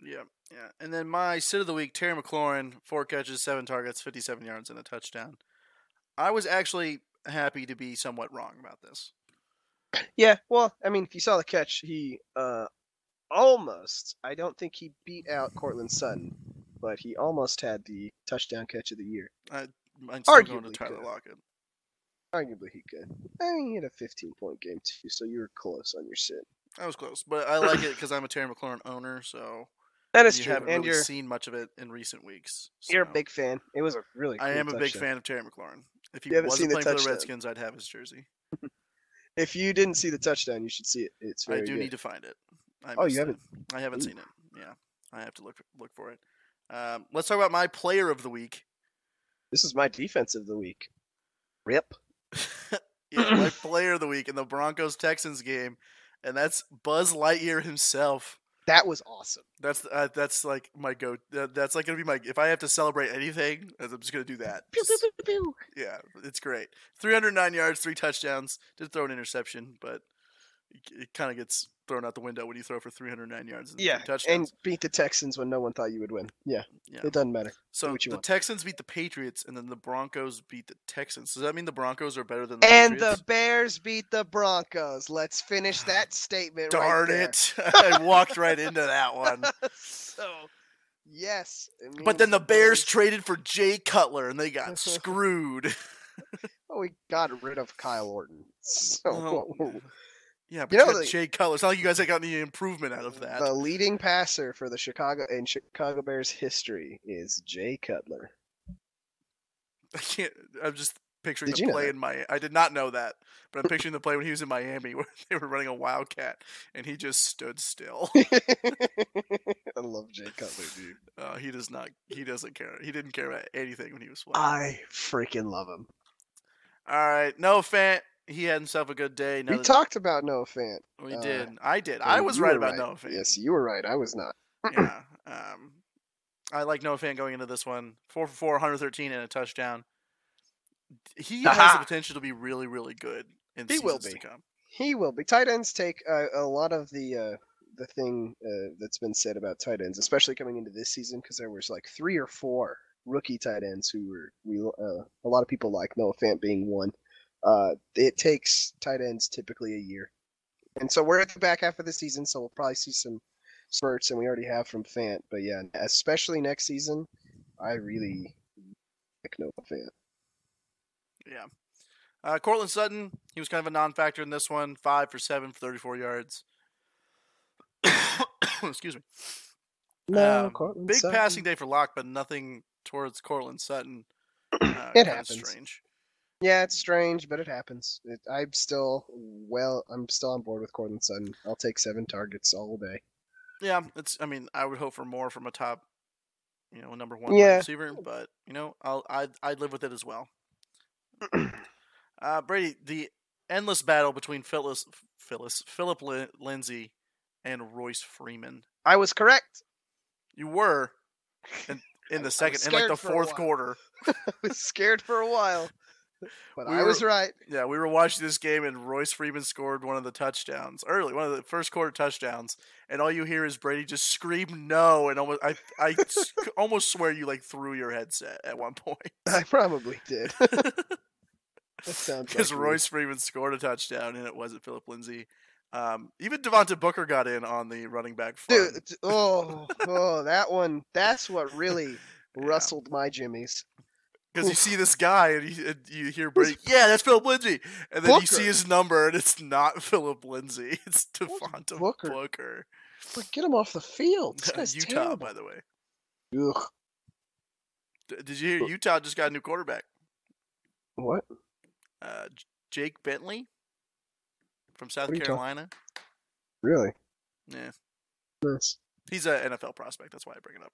Speaker 1: Yeah, yeah. And then my sit of the week, Terry McLaurin, four catches, seven targets, 57 yards, and a touchdown. I was actually happy to be somewhat wrong about this.
Speaker 2: Yeah, well, I mean, if you saw the catch, he uh, almost. I don't think he beat out Cortland Sutton, but he almost had the touchdown catch of the year.
Speaker 1: Mine's still going to
Speaker 2: Arguably
Speaker 1: Tyler
Speaker 2: could.
Speaker 1: Lockett.
Speaker 2: Arguably, he could. I mean, he had a 15 point game, too, so you were close on your sit.
Speaker 1: I was close, but I like it because I'm a Terry McLaurin owner, so
Speaker 2: That is
Speaker 1: you
Speaker 2: true. And
Speaker 1: haven't really
Speaker 2: you're,
Speaker 1: seen much of it in recent weeks.
Speaker 2: you're a
Speaker 1: so.
Speaker 2: big fan. It was a really
Speaker 1: I
Speaker 2: cool
Speaker 1: am a big
Speaker 2: touchdown.
Speaker 1: fan of Terry McLaurin. If he
Speaker 2: You haven't seen
Speaker 1: wasn't
Speaker 2: the
Speaker 1: playing for the
Speaker 2: touchdown.
Speaker 1: Redskins, I'd have his jersey.
Speaker 2: If you didn't see the touchdown, you should see it. It's very
Speaker 1: I do
Speaker 2: good.
Speaker 1: need to find it. I
Speaker 2: Oh,
Speaker 1: missed
Speaker 2: you
Speaker 1: that. I haven't
Speaker 2: Ooh.
Speaker 1: seen it. Yeah, I have to look look for it. Um, let's talk about my player of the week.
Speaker 2: This is my defense of the week. Rip.
Speaker 1: Yeah, my player of the week in the Broncos Texans game, and that's Buzz Lightyear himself.
Speaker 2: That was awesome.
Speaker 1: That's uh, that's like my go. That, that's like gonna be my if I have to celebrate anything, uh, I'm just gonna do that.
Speaker 3: Pew, pew,
Speaker 1: Just-
Speaker 3: pew, pew.
Speaker 1: yeah, it's great. 309 yards, three touchdowns. Did throw an interception, but it, it kind of gets thrown out the window when you throw for 309 yards and three touchdowns.
Speaker 2: And beat the Texans when no one thought you would win. Yeah.
Speaker 1: Yeah.
Speaker 2: It doesn't matter.
Speaker 1: so
Speaker 2: what you
Speaker 1: the
Speaker 2: want.
Speaker 1: Texans beat the Patriots, and then the Broncos beat the Texans. Does that mean the Broncos are better than the
Speaker 2: And the
Speaker 1: Patriots? Ah,
Speaker 2: Bears beat the Broncos. Let's finish that statement. right
Speaker 1: Darn
Speaker 2: there.
Speaker 1: it! I walked right into that one.
Speaker 2: so, yes. it means
Speaker 1: But then the Bears
Speaker 2: Bills-
Speaker 1: traded for Jay Cutler, and they got screwed.
Speaker 2: well, Oh, we got rid of Kyle Orton. So
Speaker 1: Oh, yeah, but
Speaker 2: know
Speaker 1: you got
Speaker 2: the-
Speaker 1: Jay Cutler. It's not like you guys got any improvement out of that.
Speaker 2: the leading passer for the Chicago in Chicago Bears history is Jay Cutler.
Speaker 1: I can't. I'm just picturing
Speaker 2: Did
Speaker 1: the
Speaker 2: you know
Speaker 1: play
Speaker 2: that?
Speaker 1: in my. I did not know that, but I'm picturing the play when he was in Miami where they were running a wildcat and he just stood still.
Speaker 2: I love Jay Cutler, dude.
Speaker 1: Uh, he does not. He doesn't care. He didn't care about anything when he was playing.
Speaker 2: I freaking love him.
Speaker 1: All right, no fan. He had himself a good day. Now
Speaker 2: we
Speaker 1: that-
Speaker 2: talked about Noah Fant.
Speaker 1: we
Speaker 2: uh,
Speaker 1: did. I did. I
Speaker 2: and
Speaker 1: was
Speaker 2: you
Speaker 1: right
Speaker 2: were
Speaker 1: about
Speaker 2: right.
Speaker 1: no fan.
Speaker 2: Yes, you were right. I was not.
Speaker 1: yeah. Um, I like Noah Fan going into this one. Four for four, 113 and a touchdown. He has the
Speaker 2: Haha.
Speaker 1: potential to be really, really good. In
Speaker 2: He will
Speaker 1: seasons to
Speaker 2: be.
Speaker 1: come.
Speaker 2: He will be. Tight ends take uh, a lot of the uh, the thing uh, that's been said about tight ends, especially coming into this season, because there was like three or four rookie tight ends who were we uh, a lot of people like Noah Fant being one. Uh, it takes tight ends typically a year, and so we're at the back half of the season, so we'll probably see some spurts, and we already have from Fant. But yeah, especially next season, I really like Noah Fant.
Speaker 1: Yeah. Uh, Cortland Sutton, he was kind of a non-factor in this one. Five for seven for 34 yards. Excuse me.
Speaker 2: No,
Speaker 1: Um,
Speaker 2: Cortland
Speaker 1: Big
Speaker 2: Sutton.
Speaker 1: passing day for Locke, but nothing towards Cortland Sutton. Uh,
Speaker 2: It
Speaker 1: kinda
Speaker 2: happens.
Speaker 1: Strange.
Speaker 2: Yeah, it's strange, but it happens. It, I'm still well. I'm still on board with Cortland Sutton. I'll take seven targets all day.
Speaker 1: Yeah, it's. I mean, I would hope for more from a top, you know, number one wide
Speaker 2: Yeah.
Speaker 1: receiver, but you know, I'll I'd, I'd live with it as well. uh, Brady, the endless battle between Phyllis, Phyllis, Philip Lin- Lindsay, and Royce Freeman.
Speaker 2: I was correct.
Speaker 1: You were in, in
Speaker 2: I- I
Speaker 1: the
Speaker 2: was
Speaker 1: second, in like
Speaker 2: scared
Speaker 1: the
Speaker 2: for a
Speaker 1: fourth
Speaker 2: while.
Speaker 1: quarter.
Speaker 2: I was scared for a while, but
Speaker 1: We
Speaker 2: I was
Speaker 1: were-
Speaker 2: right.
Speaker 1: Yeah, we were watching this game, and Royce Freeman scored one of the touchdowns early, one of the first quarter touchdowns, and all you hear is Brady just scream "No!" and almost I I s- almost swear you like threw your headset at one point.
Speaker 2: I probably did. That sounds
Speaker 1: because
Speaker 2: like me.
Speaker 1: Royce Freeman scored a touchdown, and it wasn't Philip Lindsay. Um, even Devonta Booker got in on the running back. Fun.
Speaker 2: Dude, d- oh, oh, that one. That's what really
Speaker 1: Yeah.
Speaker 2: rustled my jimmies.
Speaker 1: Because you see this guy and you, and you hear Brady, yeah, that's Philip Lindsay. And then you see
Speaker 2: Booker.
Speaker 1: his number and it's not Philip Lindsay. It's Devonta Booker.
Speaker 2: Booker? But get him off the field. This
Speaker 1: Uh,
Speaker 2: guy's
Speaker 1: Utah,
Speaker 2: terrible.
Speaker 1: by the way.
Speaker 2: Ugh,
Speaker 1: D- did you hear Utah just got a new quarterback?
Speaker 2: what?
Speaker 1: Uh, J- Jake Bentley from South
Speaker 2: What are you talking-
Speaker 1: Carolina.
Speaker 2: Really?
Speaker 1: Yeah.
Speaker 2: Nice.
Speaker 1: He's an NFL prospect. That's why I bring it up.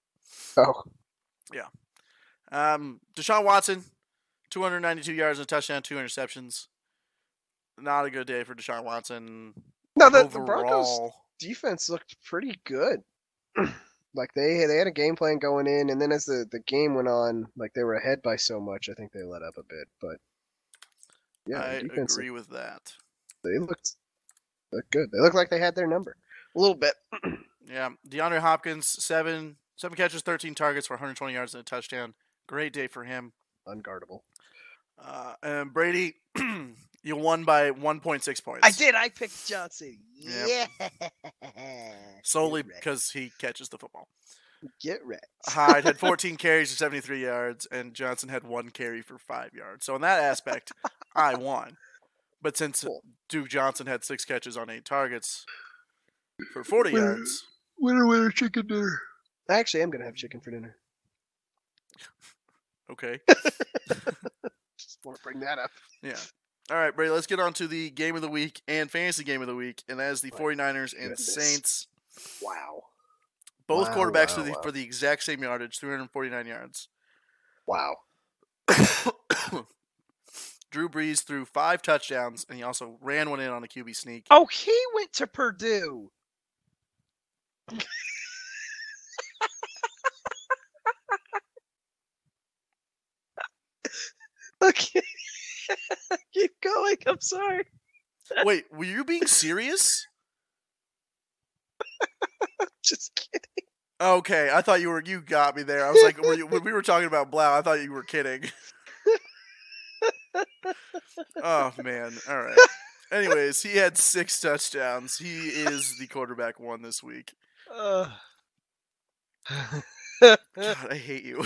Speaker 2: Oh,
Speaker 1: Um, Deshaun Watson, 292 yards and a touchdown, two interceptions. Not a good day for Deshaun Watson.
Speaker 2: no, the, the Broncos
Speaker 1: Overall,
Speaker 2: defense looked pretty good. like they they had a game plan going in, and then as the, the game went on, like they were ahead by so much, I think they let up a bit. But yeah,
Speaker 1: I
Speaker 2: the defense
Speaker 1: agree with that.
Speaker 2: they looked looked good. They looked like they had their number a little bit.
Speaker 1: Yeah, DeAndre Hopkins, seven seven catches, 13 targets for 120 yards and a touchdown. Great day for him.
Speaker 2: Unguardable.
Speaker 1: Uh, and Brady, you won by 1.6 points.
Speaker 3: I did. I picked Johnson. Yeah.
Speaker 1: Yep. Solely because he catches the football.
Speaker 2: Get wrecked.
Speaker 1: Hyde had 14 carries for 73 yards, and Johnson had one carry for five yards. So in that aspect, I won. But since
Speaker 2: Cool.
Speaker 1: Duke Johnson had six catches on eight targets for 40
Speaker 2: Well-
Speaker 1: yards,
Speaker 2: Winner, winner, chicken dinner. I actually am gonna have chicken for dinner.
Speaker 1: okay.
Speaker 2: Just want to bring that up.
Speaker 1: Yeah. All right, Brady, let's get on to the game of the week and fantasy game of the week, and that is the
Speaker 2: My
Speaker 1: 49ers and
Speaker 2: goodness.
Speaker 1: Saints.
Speaker 2: Wow.
Speaker 1: Both
Speaker 2: Wow,
Speaker 1: quarterbacks
Speaker 2: wow,
Speaker 1: for, the,
Speaker 2: wow.
Speaker 1: for the exact same yardage, 349 yards.
Speaker 2: Wow.
Speaker 1: Drew Brees threw five touchdowns, and he also ran one in on a QB sneak.
Speaker 2: Oh, he went to Purdue. okay. Keep going. I'm sorry.
Speaker 1: Wait, were you being serious?
Speaker 2: Just kidding.
Speaker 1: Okay, I thought you were. You got me there. I was like, were you, when we were talking about Blau, I thought you were kidding. oh man! All right. Anyways, he had six touchdowns. He is the quarterback one this week.
Speaker 2: Uh.
Speaker 1: God, I hate you.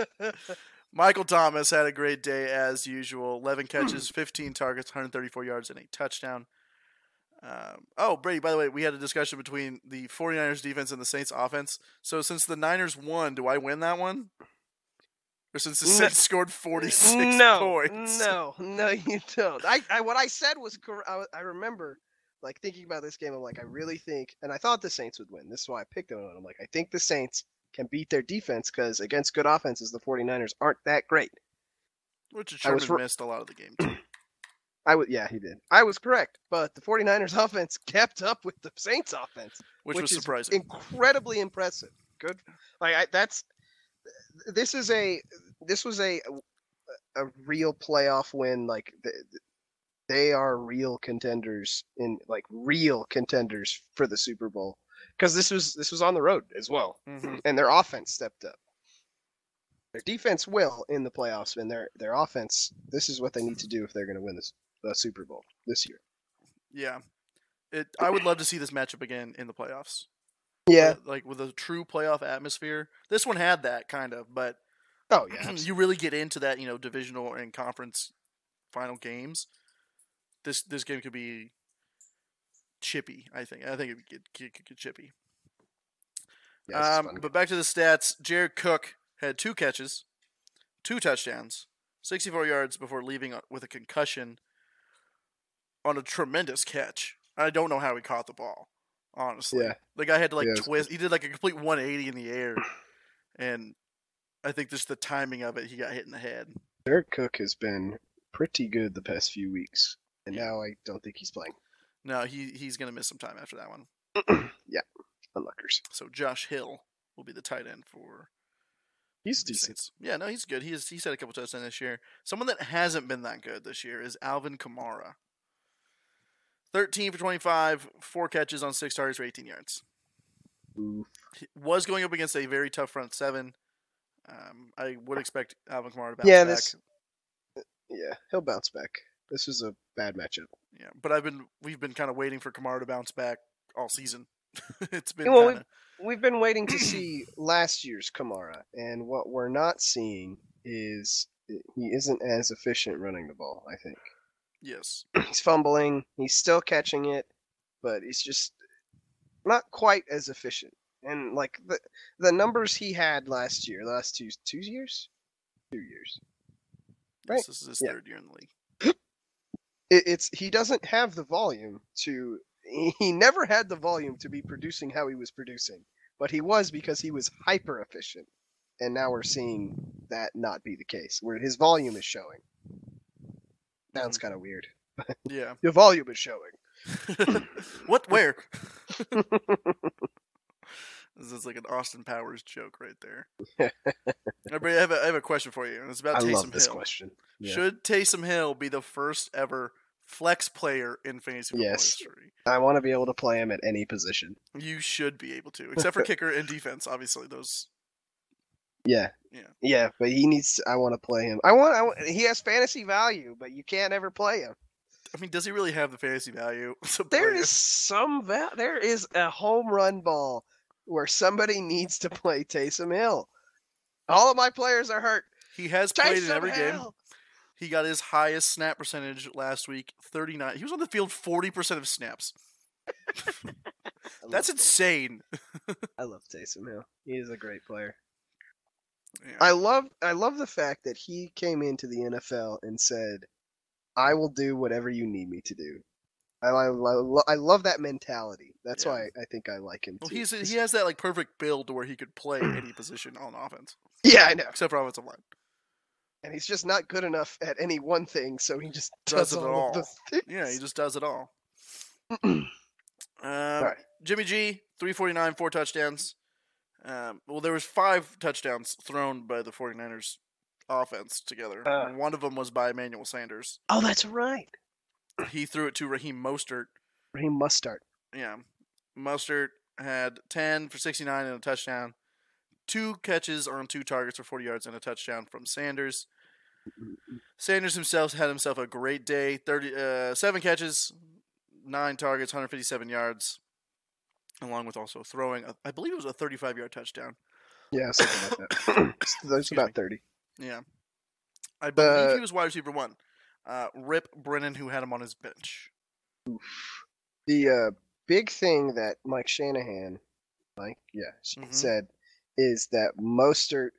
Speaker 1: Michael Thomas had a great day as usual. 11
Speaker 2: Hmm.
Speaker 1: catches, 15 targets, 134 yards, and a touchdown. Um, oh, Brady, by the way, we had a discussion between the 49ers defense and the Saints offense. So since the Niners won, do I win that one? Or since the
Speaker 2: No.
Speaker 1: Saints scored 46
Speaker 2: no,
Speaker 1: points?
Speaker 2: No, no, you don't. I, I what I said was cor- I, I remember like thinking about this game. I'm like, I really think, and I thought the Saints would win. This is why I picked them. And I'm like, I think the Saints can beat their defense because against good offenses, the 49ers aren't that great.
Speaker 1: Richard
Speaker 2: I
Speaker 1: Sherman
Speaker 2: was wr-
Speaker 1: missed a lot of the game, too.
Speaker 2: I would, yeah, he did. I was correct, but the 49ers offense kept up with the Saints offense,
Speaker 1: Which, was
Speaker 2: is
Speaker 1: surprising.
Speaker 2: incredibly impressive. Good, like I, that's this is a this was a a real playoff win. Like th- th- they are real contenders in like real contenders for the Super Bowl because this was this was on the road as well,
Speaker 1: Mhm.
Speaker 2: and their offense stepped up. Their defense will in the playoffs, and their their offense. This is what they need to do if they're going to win this the Super Bowl this year.
Speaker 1: Yeah. It, I would love to see this matchup again in the playoffs. with- like with a true playoff atmosphere. This one had that kind of, but
Speaker 2: Oh yeah.
Speaker 1: you really get into that, you know, divisional and conference final games. This this game could be chippy. I think. I think it could get, get, get chippy.
Speaker 2: yeah this is
Speaker 1: um,
Speaker 2: fun.
Speaker 1: but back to the stats. Jared Cook had two catches, two touchdowns, 64 yards before leaving o- with a concussion on a tremendous catch. I don't know how he caught the ball, honestly.
Speaker 2: Yeah.
Speaker 1: The guy had to like
Speaker 2: Yeah, it's good.
Speaker 1: twist. He did like a complete 180 in the air. And I think just the timing of it, he got hit in the head.
Speaker 2: Derek Cook has been pretty good the past few weeks, and now I don't think he's playing.
Speaker 1: No, he, he's going to miss some time after that one.
Speaker 2: Unluckers.
Speaker 1: So Josh Hill will be the tight end for
Speaker 2: He's
Speaker 1: the
Speaker 2: decent.
Speaker 1: Saints. Yeah, no, he's good. He's he's had a couple touchdowns this year. Someone that hasn't been that good this year is Alvin Kamara. Thirteen for twenty-five, four catches on six targets for eighteen yards.
Speaker 2: Ooh.
Speaker 1: He was going up against a very tough front seven. Um, I would expect Alvin Kamara to bounce
Speaker 2: Yeah,
Speaker 1: back.
Speaker 2: this- Uh, Yeah, he'll bounce back. This was a bad matchup.
Speaker 1: Yeah, but I've been we've been kind of waiting for Kamara to bounce back all season. it's been
Speaker 2: Well, we-
Speaker 1: kind of
Speaker 2: We've been waiting to see last year's Kamara, and what we're not seeing is he isn't as efficient running the ball, I think.
Speaker 1: yes.
Speaker 2: He's fumbling, he's still catching it, but he's just not quite as efficient. And like the the numbers he had last year, last two two years? Two years. Right.
Speaker 1: Yes, this is his
Speaker 2: Yeah.
Speaker 1: third year in the league.
Speaker 2: it, it's he doesn't have the volume to he, he never had the volume to be producing how he was producing but he was because he was hyper efficient and now we're seeing that not be the case where his volume is showing sounds kind of weird
Speaker 1: Yeah.
Speaker 2: the volume is showing
Speaker 1: what? Where? this is like an Austin Powers joke right there. Everybody, I have a, I have a question for you, and it's about
Speaker 2: i
Speaker 1: Taysom
Speaker 2: love this
Speaker 1: Hill.
Speaker 2: question yeah.
Speaker 1: Should Taysom Hill be the first ever flex player in fantasy football
Speaker 2: Yes.
Speaker 1: history?
Speaker 2: i want to be able to play him at any position
Speaker 1: You should be able to, except for kicker and defense. Obviously, those.
Speaker 2: yeah
Speaker 1: Yeah.
Speaker 2: yeah but he needs to, i want to play him i want I, want- he has fantasy value but you can't ever play him
Speaker 1: I mean, does he really have the fantasy value? as a
Speaker 2: There
Speaker 1: player?
Speaker 2: is some va- there is a home run ball where somebody needs to play Taysom Hill. All of my players are hurt.
Speaker 1: He has played in
Speaker 2: Taysom
Speaker 1: every game.
Speaker 2: Hill.
Speaker 1: He got his highest snap percentage last week, thirty nine. He was on the field forty percent of snaps.
Speaker 2: I
Speaker 1: That's
Speaker 2: love Tay-
Speaker 1: insane.
Speaker 2: I love Taysom Hill. He is a great player.
Speaker 1: Yeah.
Speaker 2: I love I love the fact that he came into the NFL and said, "I will do whatever you need me to do." I, I, lo- I love that mentality. That's
Speaker 1: Yeah.
Speaker 2: why I, I think I like him.
Speaker 1: Well,
Speaker 2: too.
Speaker 1: he's he has that like perfect build to where he could play any position on offense,
Speaker 2: yeah, I know.
Speaker 1: except for offensive line.
Speaker 2: And he's just not good enough at any one thing, so he just
Speaker 1: Does
Speaker 2: does,
Speaker 1: it
Speaker 2: all,
Speaker 1: all.
Speaker 2: of the things.
Speaker 1: Yeah, he just does it all. Um,
Speaker 2: right.
Speaker 1: Jimmy G, three forty nine, four touchdowns. Um, well, there was five touchdowns thrown by the 49ers offense together.
Speaker 2: Uh.
Speaker 1: One of them was by Emmanuel Sanders.
Speaker 2: Oh, that's right.
Speaker 1: He threw it to Raheem Mostert.
Speaker 2: Raheem must start.
Speaker 1: Yeah. Mustard had 10 for 69 and a touchdown. Two catches on two targets for 40 yards and a touchdown from Sanders. Sanders himself had himself a great day. 30 uh, seven catches, nine targets, 157 yards, along with also throwing a, I believe it was a 35-yard touchdown.
Speaker 2: Yeah, something like that. There's
Speaker 1: Excuse me.
Speaker 2: about thirty.
Speaker 1: Yeah. I believe
Speaker 2: The-
Speaker 1: he was wide receiver 1. Uh, Rip Brennan who had him on his bench.
Speaker 2: The uh, big thing that Mike Shanahan, Mike, yeah, s-
Speaker 1: Mhm.
Speaker 2: said is that Mostert,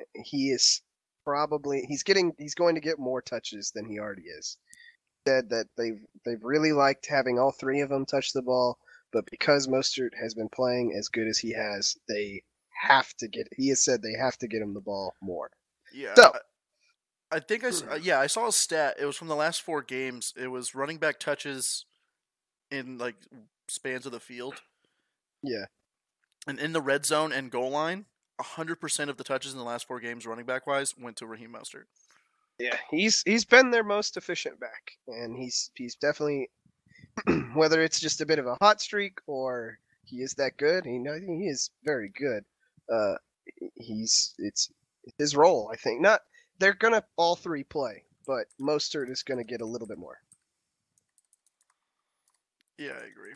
Speaker 2: eh, he is probably he's getting he's going to get more touches than he already is. Said that they've they've really liked having all three of them touch the ball, but because Mostert has been playing as good as he has, they have to get. He has said they have to get him the ball more.
Speaker 1: Yeah.
Speaker 2: So- Hmm.
Speaker 1: I, I think I s- uh, yeah, I saw a stat. It was from the last four games. It was running back touches in like spans of the field
Speaker 2: Yeah,
Speaker 1: and in the red zone and goal line. 100% of the touches in the last four games running back wise went to Raheem Mostert.
Speaker 2: Yeah, he's he's been their most efficient back, and he's he's definitely whether it's just a bit of a hot streak or he is that good. He know he is very good. Uh, he's it's his role. I think not. They're gonna all three play, but Mostert is gonna get a little bit more.
Speaker 1: Yeah, I agree.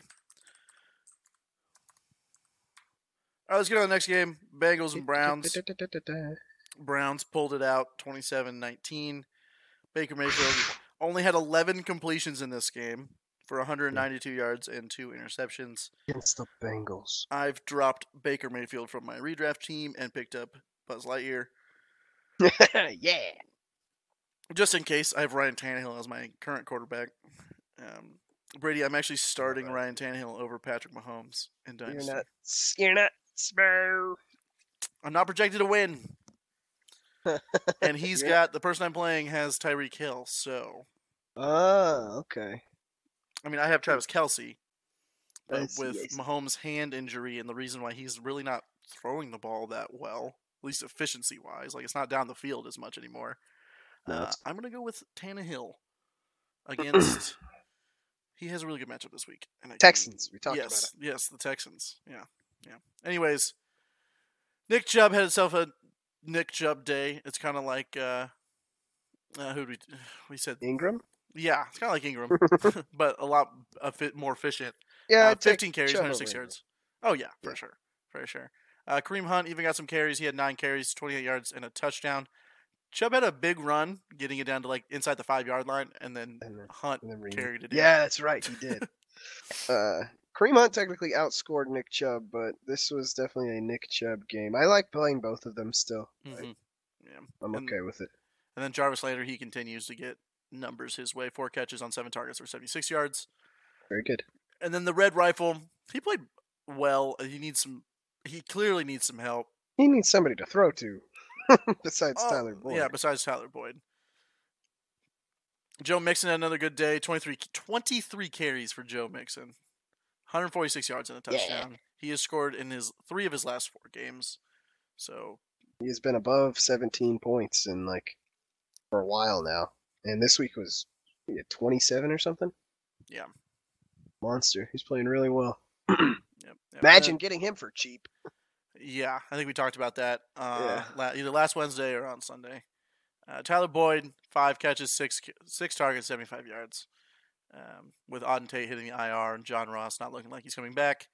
Speaker 1: All right, let's get on to the next game. Bengals and Browns. Browns pulled it out 27-19. Baker Mayfield only had 11 completions in this game for 192 yards and two interceptions.
Speaker 2: Against the Bengals.
Speaker 1: I've dropped Baker Mayfield from my redraft team and picked up Buzz Lightyear.
Speaker 2: yeah.
Speaker 1: Just in case, I have Ryan Tannehill as my current quarterback. Um, Brady, I'm actually starting
Speaker 2: Alright.
Speaker 1: Ryan Tannehill over Patrick Mahomes in
Speaker 2: You're
Speaker 1: Dynasty.
Speaker 2: not. You're not. Sparrow.
Speaker 1: I'm not projected to win. and he's
Speaker 2: Yeah.
Speaker 1: got the person I'm playing has Tyreek Hill, so
Speaker 2: Oh, okay.
Speaker 1: I mean I have Travis Kelsey,
Speaker 2: I
Speaker 1: but
Speaker 2: see,
Speaker 1: with
Speaker 2: I see.
Speaker 1: Mahomes' hand injury and the reason why he's really not throwing the ball that well, at least efficiency wise, like it's not down the field as much anymore.
Speaker 2: No,
Speaker 1: Uh,
Speaker 2: it's-
Speaker 1: I'm gonna go with Tannehill against. he has a really good matchup this week. And I can-
Speaker 2: Texans. We talked about it.
Speaker 1: yes, yes, the Texans. Yeah, yeah. Anyways, Nick Chubb had himself a Nick Chubb day. It's kind of like uh, uh, who we we said.
Speaker 2: Ingram.
Speaker 1: Yeah, it's kind of like Ingram, but a lot a bit more efficient.
Speaker 2: Yeah,
Speaker 1: Uh,
Speaker 2: I'd take
Speaker 1: 15 carries,
Speaker 2: Chubb
Speaker 1: 106
Speaker 2: over Ingram.
Speaker 1: yards. Oh yeah, for
Speaker 2: Yeah.
Speaker 1: sure, for sure. Uh, Kareem Hunt even got some carries. He had nine carries, 28 yards, and a touchdown. Chubb had a big run, getting it down to like inside the five yard line, and then
Speaker 2: And then-
Speaker 1: Hunt
Speaker 2: and then Reed.
Speaker 1: carried it. in.
Speaker 2: Yeah, that's right. He did. uh, Kareem Hunt technically outscored Nick Chubb, but this was definitely a Nick Chubb game. I like playing both of them still.
Speaker 1: Mhm. yeah.
Speaker 2: I'm
Speaker 1: And-
Speaker 2: okay with it.
Speaker 1: And then Jarvis Lander, he continues to get numbers his way. Four catches on seven targets for 76 yards.
Speaker 2: Very good.
Speaker 1: And then the Red Rifle, he played well. He needs some. He clearly needs some help.
Speaker 2: He needs somebody to throw to besides
Speaker 1: Oh,
Speaker 2: Tyler Boyd.
Speaker 1: Yeah, besides Tyler Boyd. Joe Mixon had another good day. 23, 23 carries for Joe Mixon. 146 yards and a
Speaker 3: Yeah.
Speaker 1: touchdown. He has scored in his three of his last four games. So
Speaker 2: He's been above 17 points in like for a while now, and this week was he had 27 or something.
Speaker 1: Yeah.
Speaker 2: Monster. He's playing really well.
Speaker 1: yep, yep. And then-
Speaker 2: Imagine getting him for cheap.
Speaker 1: Yeah, I think we talked about that uh,
Speaker 2: Yeah.
Speaker 1: la- either last Wednesday or on Sunday. Uh, Tyler Boyd, five catches, six ca- six targets, seventy five yards, um, with Auden Tate hitting the IR and John Ross not looking like he's coming back.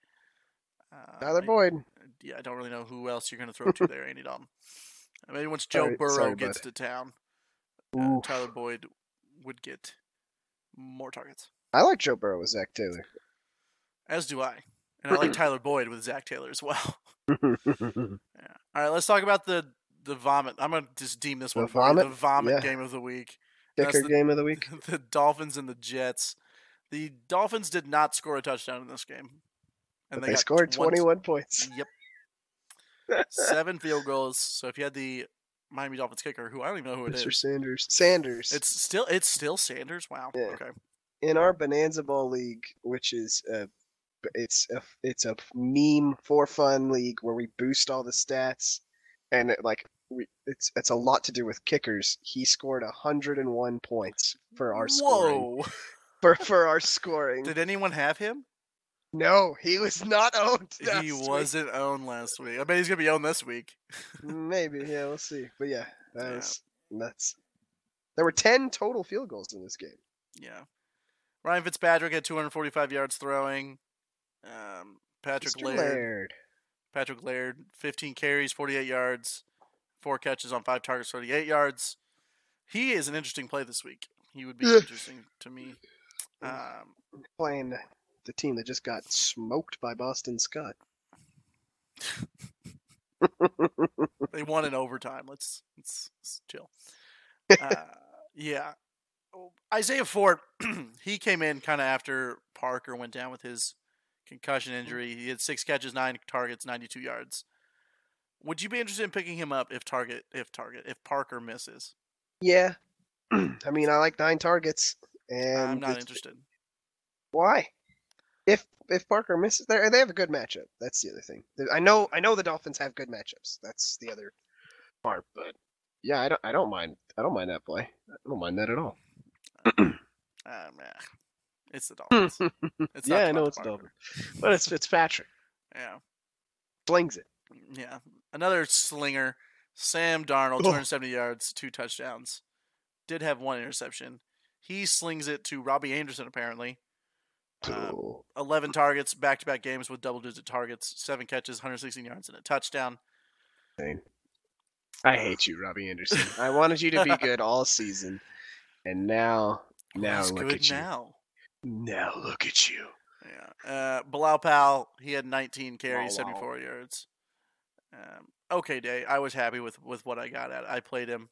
Speaker 1: Uh,
Speaker 2: Tyler
Speaker 1: I-
Speaker 2: Boyd.
Speaker 1: yeah, I don't really know who else you're going to throw to there, Andy Dalton. Uh, Maybe once Joe
Speaker 2: Sorry-
Speaker 1: Burrow
Speaker 2: sorry,
Speaker 1: gets to town, uh,
Speaker 2: Ooh.
Speaker 1: Tyler Boyd would get more targets.
Speaker 2: I like Joe Burrow with Zach Taylor.
Speaker 1: As do I, and I like Tyler Boyd with Zach Taylor as well. Yeah. All right, let's talk about the the vomit. I'm gonna just deem this
Speaker 2: The
Speaker 1: one for you,
Speaker 2: vomit?
Speaker 1: the vomit
Speaker 2: Yeah.
Speaker 1: game of the week. That's
Speaker 2: Dicker
Speaker 1: the-
Speaker 2: game of the week.
Speaker 1: the Dolphins and the Jets. The Dolphins did not score a touchdown in this game,
Speaker 2: But
Speaker 1: and
Speaker 2: they,
Speaker 1: got
Speaker 2: scored
Speaker 1: 20
Speaker 2: 21 points.
Speaker 1: Yep. Seven field goals. So if you had the Miami Dolphins kicker, who I don't even know who it is,
Speaker 2: Mr. Sanders. Sanders.
Speaker 1: it's still it's still Sanders. Wow.
Speaker 2: Yeah.
Speaker 1: Okay.
Speaker 2: in our Bonanza Ball league, which is a it's a it's a meme for fun league where we boost all the stats, and it, like we it's it's a lot to do with kickers. He scored 101 points for our scoring
Speaker 1: Whoa.
Speaker 2: for for our scoring.
Speaker 1: Did anyone have him?
Speaker 2: No, he was not owned.
Speaker 1: he
Speaker 2: last week.
Speaker 1: wasn't owned last week. I bet he's gonna be owned this week.
Speaker 2: maybe yeah. We'll see, but yeah, that
Speaker 1: Yeah.
Speaker 2: was nuts. There were 10 total field goals in this game.
Speaker 1: Yeah. Ryan Fitzpatrick had 245 yards throwing. Um, Patrick
Speaker 2: Mr.
Speaker 1: Laird,
Speaker 2: Laird.
Speaker 1: Patrick Laird, 15 carries, 48 yards, four catches on five targets, 38 yards. He is an interesting play this week. He would be
Speaker 2: Yeah.
Speaker 1: interesting to me. Um,
Speaker 2: playing the team that just got smoked by Boston Scott.
Speaker 1: they won in overtime. Let's let's, let's chill. Uh, yeah, Oh, Isaiah Ford. he came in kind of after Parker went down with his concussion
Speaker 2: Mm-hmm.
Speaker 1: injury. He had six catches, nine targets, ninety-two yards. Would you be interested in picking him up if target if target if Parker misses?
Speaker 2: Yeah. I mean, I like nine targets, and
Speaker 1: I'm not
Speaker 2: it's-
Speaker 1: interested.
Speaker 2: why? If if Parker misses, they they have a good matchup. That's the other thing. The- I know I know the Dolphins have good matchups. That's the other part. But yeah, I don't I don't mind I don't mind that play. I don't mind that at all.
Speaker 1: Um, eh. It's the Dolphins. It's not
Speaker 2: Yeah, I know
Speaker 1: Devonta
Speaker 2: it's the
Speaker 1: Parker.
Speaker 2: Dolphins. But it's Fitzpatrick
Speaker 1: Yeah,
Speaker 2: flings it.
Speaker 1: yeah. Another slinger, Sam Darnold,
Speaker 2: Ugh.
Speaker 1: 270 yards, two touchdowns. Did have one interception. He slings it to Robbie Anderson, apparently. Um,
Speaker 2: Cool.
Speaker 1: 11 targets, back to back games with double digit targets, seven catches, 116 yards, and a touchdown.
Speaker 2: I hate you, Robbie Anderson. I wanted you to be good all season, and now now
Speaker 1: He's
Speaker 2: look
Speaker 1: good
Speaker 2: at you.
Speaker 1: now.
Speaker 2: Now look at you.
Speaker 1: Yeah. Uh, Bilal Powell, he had 19 carries,
Speaker 2: Wow, wow.
Speaker 1: 74 yards. Um, okay, Day. I was happy with, with what I got at. I played him.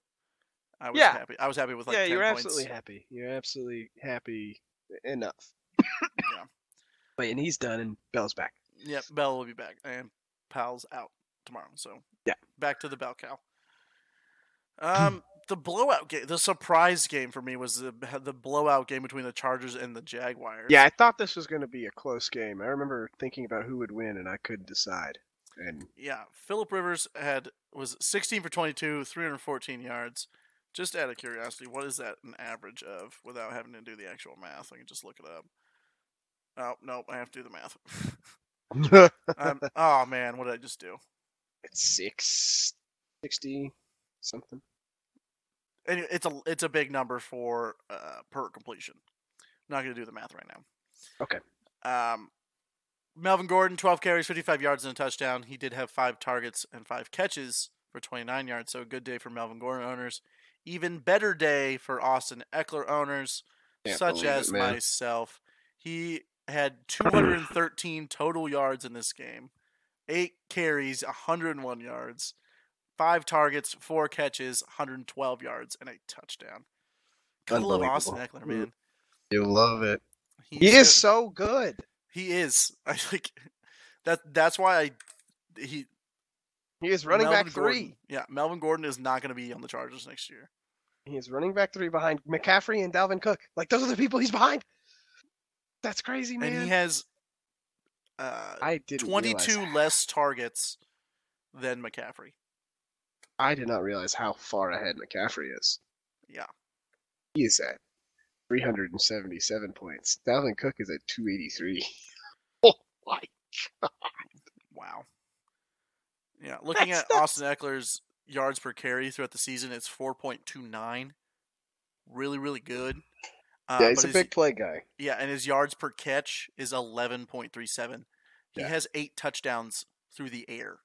Speaker 1: I was
Speaker 2: Yeah.
Speaker 1: happy. I was happy with like
Speaker 2: yeah,
Speaker 1: 10
Speaker 2: you're
Speaker 1: points.
Speaker 2: absolutely happy. You're absolutely happy enough.
Speaker 1: Yeah.
Speaker 2: Wait, and he's done, and Bell's back.
Speaker 1: Yep, Bell will be back, and Pal's out tomorrow. So
Speaker 2: Yeah. Hmm.
Speaker 1: back to the Bell cow. Um, the blowout game, the surprise game for me was the the blowout game between the Chargers and the Jaguars.
Speaker 2: Yeah, I thought this was going to be a close game. I remember thinking about who would win, and I couldn't decide. And
Speaker 1: yeah. Philip Rivers had was 16 for 22, 314 yards. Just out of curiosity, what is that an average of without having to do the actual math? I can just look it up. Oh no, I have to do the math. I'm, oh man, what did I just do?
Speaker 2: it's six sixty something.
Speaker 1: and it's a it's a big number for uh, per completion. not going to do the math right now.
Speaker 2: Okay.
Speaker 1: Um, Melvin Gordon, 12 carries, 55 yards, and a touchdown. He did have five targets and five catches for 29 yards, so a good day for Melvin Gordon owners. Even better day for Austin Eckler owners,
Speaker 2: Can't
Speaker 1: such
Speaker 2: believe it,
Speaker 1: as
Speaker 2: man.
Speaker 1: myself. He had 213 total yards in this game, eight carries, 101 yards, five targets, four catches, 112 yards, and a touchdown. I love Austin
Speaker 2: Unbelievable.
Speaker 1: Eckler, man.
Speaker 2: You love it. He
Speaker 1: He's
Speaker 2: is
Speaker 1: so-
Speaker 2: so good.
Speaker 1: He is. I like that. That's why I. He
Speaker 2: He is running
Speaker 1: Melvin
Speaker 2: back three.
Speaker 1: Gordon- yeah, Melvin Gordon is not going to be on the Chargers next year.
Speaker 2: He is running back three behind McCaffrey and Dalvin Cook. Like those are the people he's behind. That's crazy, man.
Speaker 1: And he has uh,
Speaker 2: I didn't realize
Speaker 1: 22 less targets than McCaffrey.
Speaker 2: I did not realize how far ahead McCaffrey is.
Speaker 1: Yeah.
Speaker 2: He is at 377 points. Dalvin Cook is at 283. Oh my.
Speaker 1: Wow. Yeah, looking
Speaker 2: That's
Speaker 1: at
Speaker 2: nuts.
Speaker 1: Austin Eckler's yards per carry throughout the season, it's 4.29. Really, really good. Uh,
Speaker 2: Yeah, he's
Speaker 1: but
Speaker 2: a
Speaker 1: his-
Speaker 2: big play guy.
Speaker 1: Yeah, and his yards per catch is 11.37. He
Speaker 2: Yeah.
Speaker 1: has eight touchdowns through the air.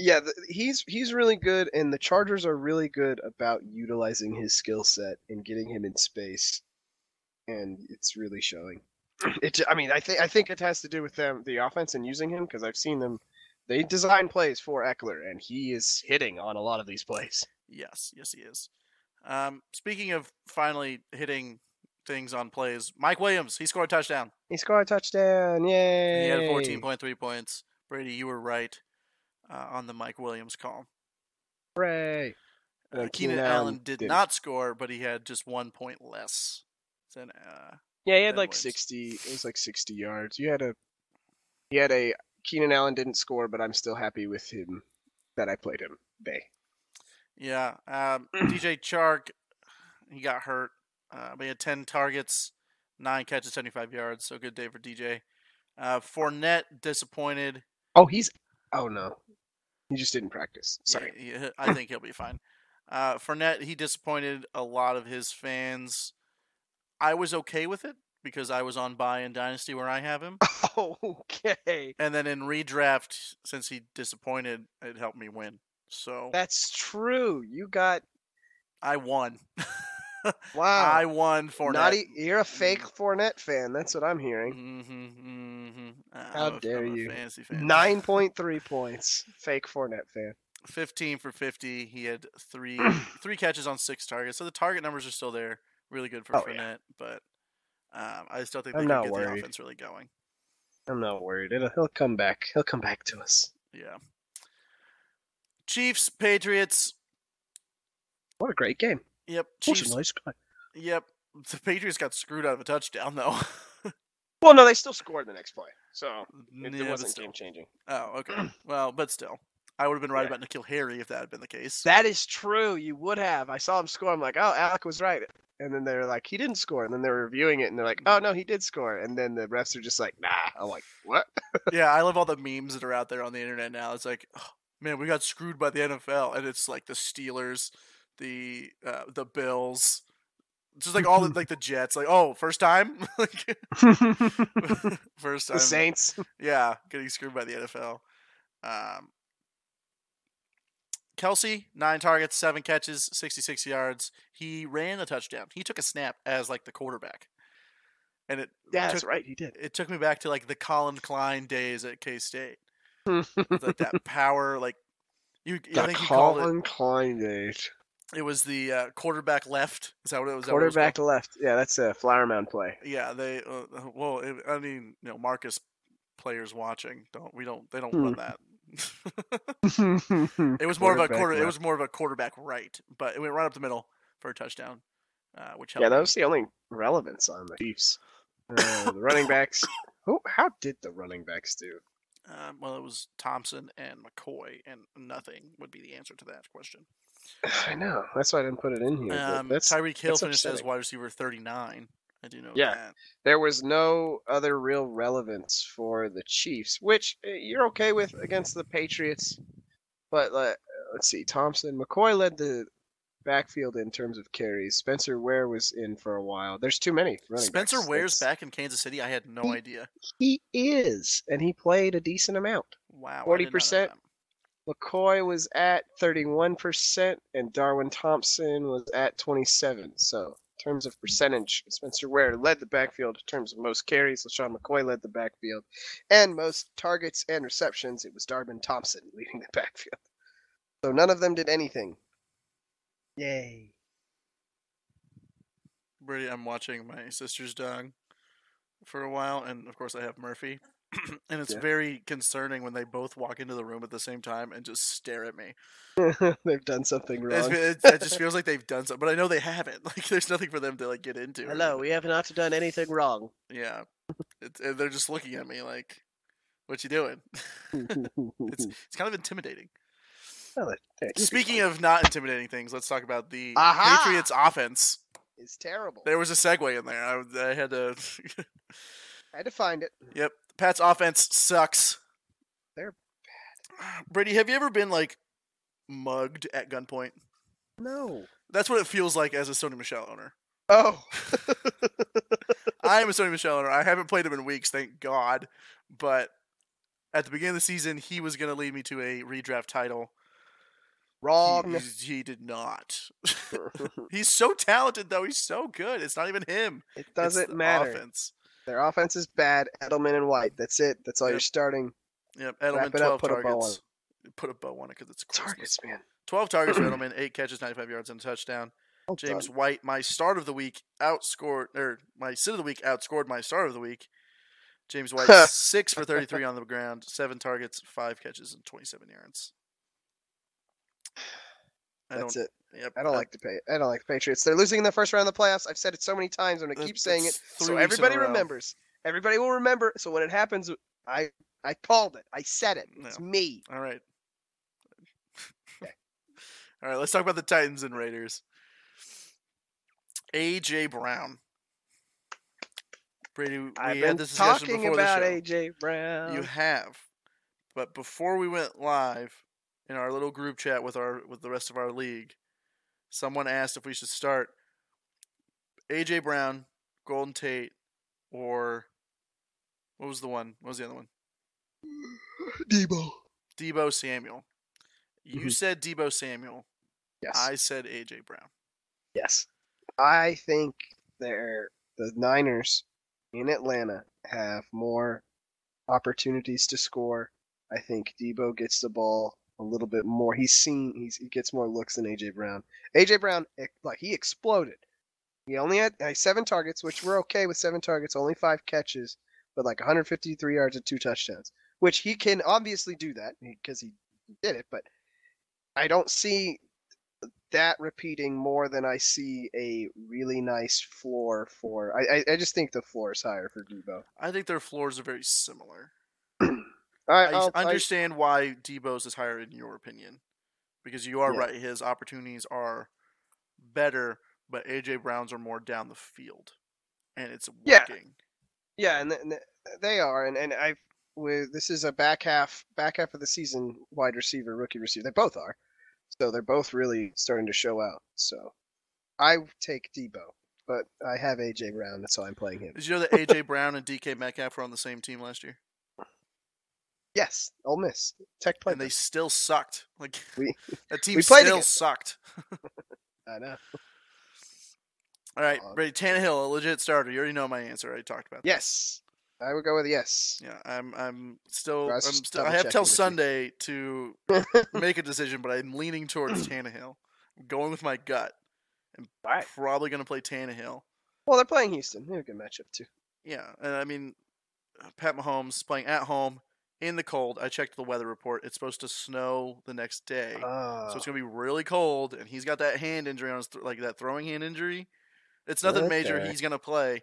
Speaker 2: Yeah, th he's he's really good, and the Chargers are really good about utilizing his skill set and getting him in space, and it's really showing. It, j- I mean, I think I think it has to do with them, the offense, and using him because I've seen them. They design plays for Eckler, and he is hitting on a lot of these plays.
Speaker 1: Yes, yes, he is. Um, speaking of finally hitting things on plays. Mike Williams, he scored a touchdown.
Speaker 2: He scored a touchdown. Yay.
Speaker 1: He had 14.3 points. Brady, you were right uh, on the Mike Williams call.
Speaker 2: Hooray.
Speaker 1: Uh, Keenan Allen did not score, but he had just one point less than. Uh,
Speaker 2: Yeah, he
Speaker 1: Ben
Speaker 2: had like
Speaker 1: Williams.
Speaker 2: 60. It was like 60 yards. You had a. He had a. Keenan Allen didn't score, but I'm still happy with him that I played him. Bay.
Speaker 1: yeah, um, DJ Chark, he got hurt, uh, but he had 10 targets, nine catches, 75 yards. So good day for DJ. Uh, Fournette disappointed.
Speaker 2: Oh, he's. Oh no. He just didn't practice. Sorry.
Speaker 1: Yeah, yeah, I think he'll be fine. Uh, Fournette, he disappointed a lot of his fans. I was okay with it because I was on buy in Dynasty where I have him.
Speaker 2: okay.
Speaker 1: And then in redraft, since he disappointed, it helped me win. So
Speaker 2: That's true. You got.
Speaker 1: I won.
Speaker 2: Wow.
Speaker 1: I won Fournette. Mm.
Speaker 2: Not e- you're a fake Fournette fan. That's what I'm hearing.
Speaker 1: Mm-hmm, hmm
Speaker 2: How dare you.
Speaker 1: Fantasy fan.
Speaker 2: Nine point three points. Fake Fournette fan.
Speaker 1: 15 for 50. He had three three catches on six targets. So the target numbers are still there. Really good for
Speaker 2: Oh,
Speaker 1: Fournette,
Speaker 2: yeah.
Speaker 1: but um, I still think
Speaker 2: I'm
Speaker 1: they could
Speaker 2: not
Speaker 1: get the
Speaker 2: worried.
Speaker 1: offense really going.
Speaker 2: I'm not worried. It'll, he'll come back. He'll come back to us.
Speaker 1: Yeah. Chiefs, Patriots.
Speaker 2: What a great game.
Speaker 1: Yep.
Speaker 2: What a
Speaker 1: Chiefs.
Speaker 2: nice guy.
Speaker 1: Yep. The Patriots got screwed out of a touchdown though.
Speaker 2: Well, no, they still scored the next play, so it,
Speaker 1: Yeah,
Speaker 2: it
Speaker 1: but
Speaker 2: wasn't
Speaker 1: still.
Speaker 2: game changing.
Speaker 1: Oh, okay. well, but still, I would have been right
Speaker 2: Yeah.
Speaker 1: about Nikhil Harry if that had been the case.
Speaker 2: That is true. You would have. I saw him score. I'm like, oh, Alec was right. And then they're like, he didn't score. And then they're reviewing it, and they're like, oh no, he did score. And then the refs are just like, nah. I'm like, what?
Speaker 1: yeah, I love all the memes that are out there on the internet now. It's like, "Oh, man, we got screwed by the NFL, and it's like the Steelers, the uh, the Bills, just like all the, like the Jets. Like, oh, first time, like
Speaker 2: the
Speaker 1: first time,
Speaker 2: Saints.
Speaker 1: yeah, getting screwed by the NFL. Um, Kelsey, nine targets, seven catches, sixty-six yards. He ran a touchdown. He took a snap as like the quarterback, and it
Speaker 2: Yeah,
Speaker 1: took
Speaker 2: that's right. He did.
Speaker 1: it took me back to like the Colin Klein days at K State. like that power, like you, you I think you called it.
Speaker 2: Klein days.
Speaker 1: It was the uh, quarterback left. Is that what it was? Is that what it was called?
Speaker 2: Quarterback left. Yeah, that's a Flower Mound play.
Speaker 1: Yeah, they. Uh, uh, well, it, I mean, you know, Marcus players watching don't we don't they don't
Speaker 2: Hmm.
Speaker 1: run that. it was more of a
Speaker 2: Quarterback
Speaker 1: quarter. It
Speaker 2: left.
Speaker 1: was more of a quarterback right, but it went right up the middle for a touchdown, uh, which helped.
Speaker 2: Yeah, that was the only relevance on the Chiefs. Uh, the running backs. Who? How did the running backs do?
Speaker 1: Um, well, it was Thompson and McCoy, and nothing would be the answer to that question.
Speaker 2: I know. That's why I didn't put it in here. but
Speaker 1: Um,
Speaker 2: that's
Speaker 1: Tyreek Hill
Speaker 2: that's
Speaker 1: finished as
Speaker 2: upsetting.
Speaker 1: wide receiver 39. I do know
Speaker 2: Yeah.
Speaker 1: that.
Speaker 2: there was no other real relevance for the Chiefs, which eh, you're okay with against the Patriots. But uh, let's see, Thompson, McCoy led the backfield in terms of carries. Spencer Ware was in for a while. There's too many running.
Speaker 1: Spencer
Speaker 2: backs.
Speaker 1: Ware's
Speaker 2: That's-
Speaker 1: back in Kansas City. I had no
Speaker 2: He-
Speaker 1: idea.
Speaker 2: He is, and he played a decent amount.
Speaker 1: Wow.
Speaker 2: 40%. McCoy was at 31%, and Darwin Thompson was at 27. So, in terms of percentage, Spencer Ware led the backfield in terms of most carries. LaShawn McCoy led the backfield, and most targets and receptions. It was Darwin Thompson leading the backfield. So none of them did anything. Yay!
Speaker 1: Brady, I'm watching my sister's dog for a while, and of course I have Murphy. and it's
Speaker 2: Yeah.
Speaker 1: very concerning when they both walk into the room at the same time and just stare at me.
Speaker 2: They've done something
Speaker 1: It's-
Speaker 2: wrong.
Speaker 1: It, it just feels like they've done something, but I know they haven't. Like there's nothing for them to like get into. or
Speaker 3: Hello, we have not done anything wrong.
Speaker 1: Yeah. It's, and they're just looking at me like, "What you doing?" it's it's kind of intimidating. Speaking of not intimidating things, let's talk about the
Speaker 3: Aha!
Speaker 1: Patriots offense.
Speaker 2: it's terrible.
Speaker 1: There was a segue in there. I, I had to.
Speaker 2: I had to find it.
Speaker 1: yep, Pat's offense sucks.
Speaker 2: They're
Speaker 1: bad. Brady, have you ever been like mugged at gunpoint?
Speaker 2: No.
Speaker 1: That's what it feels like as a Sony Michelle owner.
Speaker 2: Oh,
Speaker 1: I am a Sony Michelle owner. I haven't played him in weeks, thank God. But at the beginning of the season, he was going to lead me to a redraft title. He-
Speaker 2: wrong.
Speaker 1: he- he did not. He's so talented, though. He's so good. It's not even him.
Speaker 2: it
Speaker 1: It's
Speaker 2: doesn't
Speaker 1: the
Speaker 2: matter.
Speaker 1: Offense.
Speaker 2: Their offense is bad. Edelman and White. That's it. That's all
Speaker 1: Yep.
Speaker 2: you're starting.
Speaker 1: Yep, Edelman
Speaker 2: Wrap it
Speaker 1: twelve
Speaker 2: up, put a bow on
Speaker 1: targets. put a bow on it because it's Christmas.
Speaker 2: Targets, man.
Speaker 1: Twelve targets for Edelman, eight catches, ninety-five yards, and a touchdown.
Speaker 2: Well
Speaker 1: James
Speaker 2: done.
Speaker 1: White, my start of the week outscored, or my sit of the week outscored my start of the week. James White, six for 33 on the ground, seven targets, five catches, and 27 yards. I
Speaker 2: That's
Speaker 1: don't,
Speaker 2: it.
Speaker 1: Yep,
Speaker 2: I don't like the pay. I don't like the Patriots. They're losing in the first round of the playoffs. I've said it so many times. I'm gonna
Speaker 1: that-
Speaker 2: keep saying it.
Speaker 1: that's three
Speaker 2: so
Speaker 1: weeks in a
Speaker 2: everybody
Speaker 1: row.
Speaker 2: remembers. Everybody will remember. So when it happens, I I called it. I said it. It's me.
Speaker 1: All right. All right, let's talk about the Titans and Raiders. AJ Brown. Brady, we
Speaker 2: I've
Speaker 1: had
Speaker 2: been
Speaker 1: this discussion
Speaker 2: talking
Speaker 1: before the
Speaker 2: about
Speaker 1: show.
Speaker 2: AJ Brown.
Speaker 1: You have. But before we went live in our little group chat with our with the rest of our league, someone asked if we should start AJ Brown, Golden Tate, or what was the one? What was the other one?
Speaker 2: Debo.
Speaker 1: Debo Samuel. You
Speaker 2: Mhm.
Speaker 1: said Debo Samuel.
Speaker 2: Yes.
Speaker 1: I said AJ Brown.
Speaker 2: Yes. I think they're the Niners in Atlanta have more opportunities to score. I think Debo gets the ball a little bit more. He's seen he's, he gets more looks than AJ Brown. AJ Brown ex- like he exploded. He only had like, seven targets, which we're okay with seven targets, only five catches, but like 153 yards and two touchdowns, which he can obviously do that because he did it. But I don't see that repeating more than I see a really nice floor for. I, I, I just think the floor is higher for Debo.
Speaker 1: I think their floors are very similar. I
Speaker 2: I, I'll- oh, I-
Speaker 1: understand why Debo's is higher in your opinion, because you are
Speaker 2: Yeah.
Speaker 1: right. His opportunities are better, but AJ Brown's are more down the field, and it's
Speaker 2: Yeah.
Speaker 1: working.
Speaker 2: yeah, and th- and th- they are, and and I with this is a back half back half of the season wide receiver rookie receiver. They both are, so they're both really starting to show out. So I take Debo, but I have AJ Brown. That's why I'm playing him.
Speaker 1: Did you know that AJ Brown and DK Metcalf were on the same team last year,
Speaker 2: Yes, Ole Miss Tech played.
Speaker 1: and they
Speaker 2: them.
Speaker 1: still sucked. Like
Speaker 2: We-
Speaker 1: that team
Speaker 2: we played
Speaker 1: still
Speaker 2: against
Speaker 1: sucked.
Speaker 2: I know.
Speaker 1: All right,
Speaker 2: Uh,
Speaker 1: Brady Tannehill, a legit starter. You already know my answer. I already talked about. that.
Speaker 2: Yes, I would go with yes.
Speaker 1: Yeah, I'm. I'm still.
Speaker 2: I
Speaker 1: I'm
Speaker 2: was just
Speaker 1: still. I have
Speaker 2: double-checking
Speaker 1: till
Speaker 2: with you.
Speaker 1: Sunday to make a decision, but I'm leaning towards Tannehill. I'm going with my gut. I'm
Speaker 2: Alright.
Speaker 1: probably going to play Tannehill.
Speaker 2: Well, they're playing Houston. They're a good matchup too.
Speaker 1: Yeah, and I mean, uh, Pat Mahomes is playing at home in the cold. I checked the weather report. It's supposed to snow the next day,
Speaker 2: Oh.
Speaker 1: so it's going to be really cold. And he's got that hand injury on his th- like that throwing hand injury. It's nothing major.
Speaker 2: Okay.
Speaker 1: He's going to play,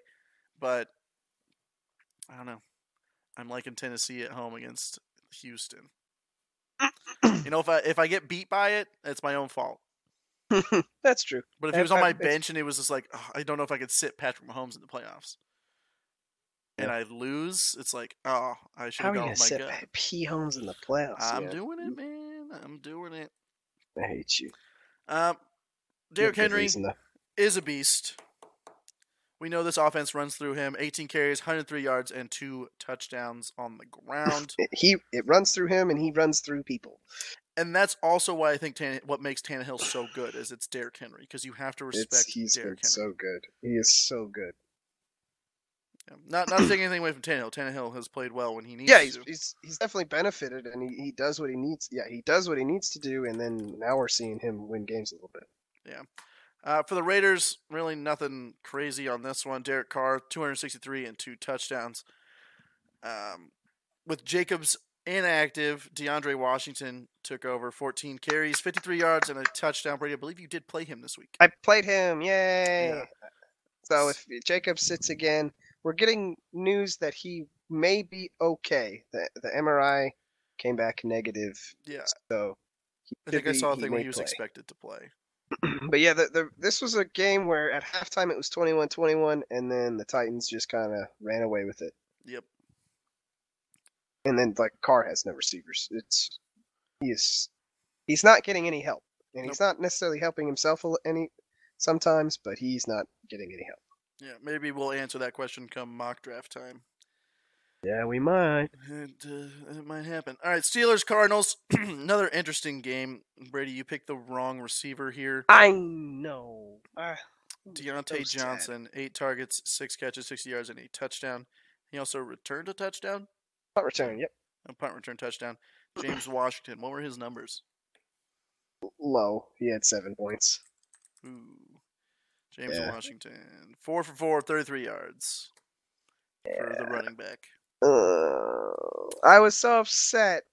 Speaker 1: but I don't know. I'm liking Tennessee at home against Houston. you know, if I if I get beat by it, it's my own fault.
Speaker 2: That's true.
Speaker 1: But if he
Speaker 2: That-
Speaker 1: was on
Speaker 2: that-
Speaker 1: my
Speaker 2: it's-
Speaker 1: bench and it was just like, "Ugh, I don't know if I could sit Patrick Mahomes in the playoffs, and I lose, it's like, oh, I should
Speaker 2: How
Speaker 1: have gone
Speaker 2: are you gonna
Speaker 1: with my
Speaker 2: sit
Speaker 1: gut.
Speaker 2: back P Holmes in the playoffs?
Speaker 1: I'm
Speaker 2: man?
Speaker 1: doing it, man. I'm doing it.
Speaker 2: I hate you.
Speaker 1: Um,
Speaker 2: You have
Speaker 1: Derrick
Speaker 2: good
Speaker 1: Henry
Speaker 2: reason, though.
Speaker 1: is a beast. We know this offense runs through him. 18 carries, 103 yards, and two touchdowns on the ground.
Speaker 2: It, he it runs through him, and he runs through people.
Speaker 1: and that's also why I think Tan- what makes Tannehill so good is it's Derrick Henry because you have to
Speaker 2: It's,
Speaker 1: respect
Speaker 2: he's been
Speaker 1: Derrick Henry.
Speaker 2: so good. He is so good.
Speaker 1: Yeah. Not not taking anything away from Tannehill. Tannehill has played well when he needs
Speaker 2: Yeah,
Speaker 1: to.
Speaker 2: he's, he's he's definitely benefited, and he, he does what he needs. Yeah, he does what he needs to do, and then now we're seeing him win games a little bit.
Speaker 1: Uh, for the Raiders, really nothing crazy on this one. Derek Carr, 263 and two touchdowns. Um, with Jacobs inactive, DeAndre Washington took over 14 carries, 53 yards, and a touchdown. Brady, I believe you did play him this week.
Speaker 2: I played him. Yay!
Speaker 1: Yeah.
Speaker 2: So if Jacob sits again, we're getting news that he may be okay. The the MRI came back negative,
Speaker 1: Yeah,
Speaker 2: so he
Speaker 1: I think
Speaker 2: could
Speaker 1: I
Speaker 2: be-
Speaker 1: saw a
Speaker 2: he
Speaker 1: thing where
Speaker 2: may
Speaker 1: he was
Speaker 2: play.
Speaker 1: expected to play.
Speaker 2: but yeah, the, the, this was a game where at halftime it was 21-21, and then the Titans just kind of ran away with it.
Speaker 1: Yep.
Speaker 2: And then like Carr has no receivers. It's he is he's not getting any help, and he's not necessarily helping himself a l- any sometimes, but he's not getting any help.
Speaker 1: Yeah, maybe we'll answer that question come mock draft time.
Speaker 2: Yeah, we might.
Speaker 1: It, uh, it might happen. All right, Steelers Cardinals, another interesting game. Brady, you picked the wrong receiver here.
Speaker 2: I know. Uh,
Speaker 1: Deontay
Speaker 2: was sad.
Speaker 1: Johnson, eight targets, six catches, 60 yards, and a touchdown. He also returned a touchdown,
Speaker 2: not return. Yep.
Speaker 1: a punt return touchdown. James Washington, what were his numbers?
Speaker 2: Low. He had seven points.
Speaker 1: Ooh. James
Speaker 2: Yeah.
Speaker 1: Washington, four for four, 33 yards for the running back.
Speaker 2: Uh, I was so upset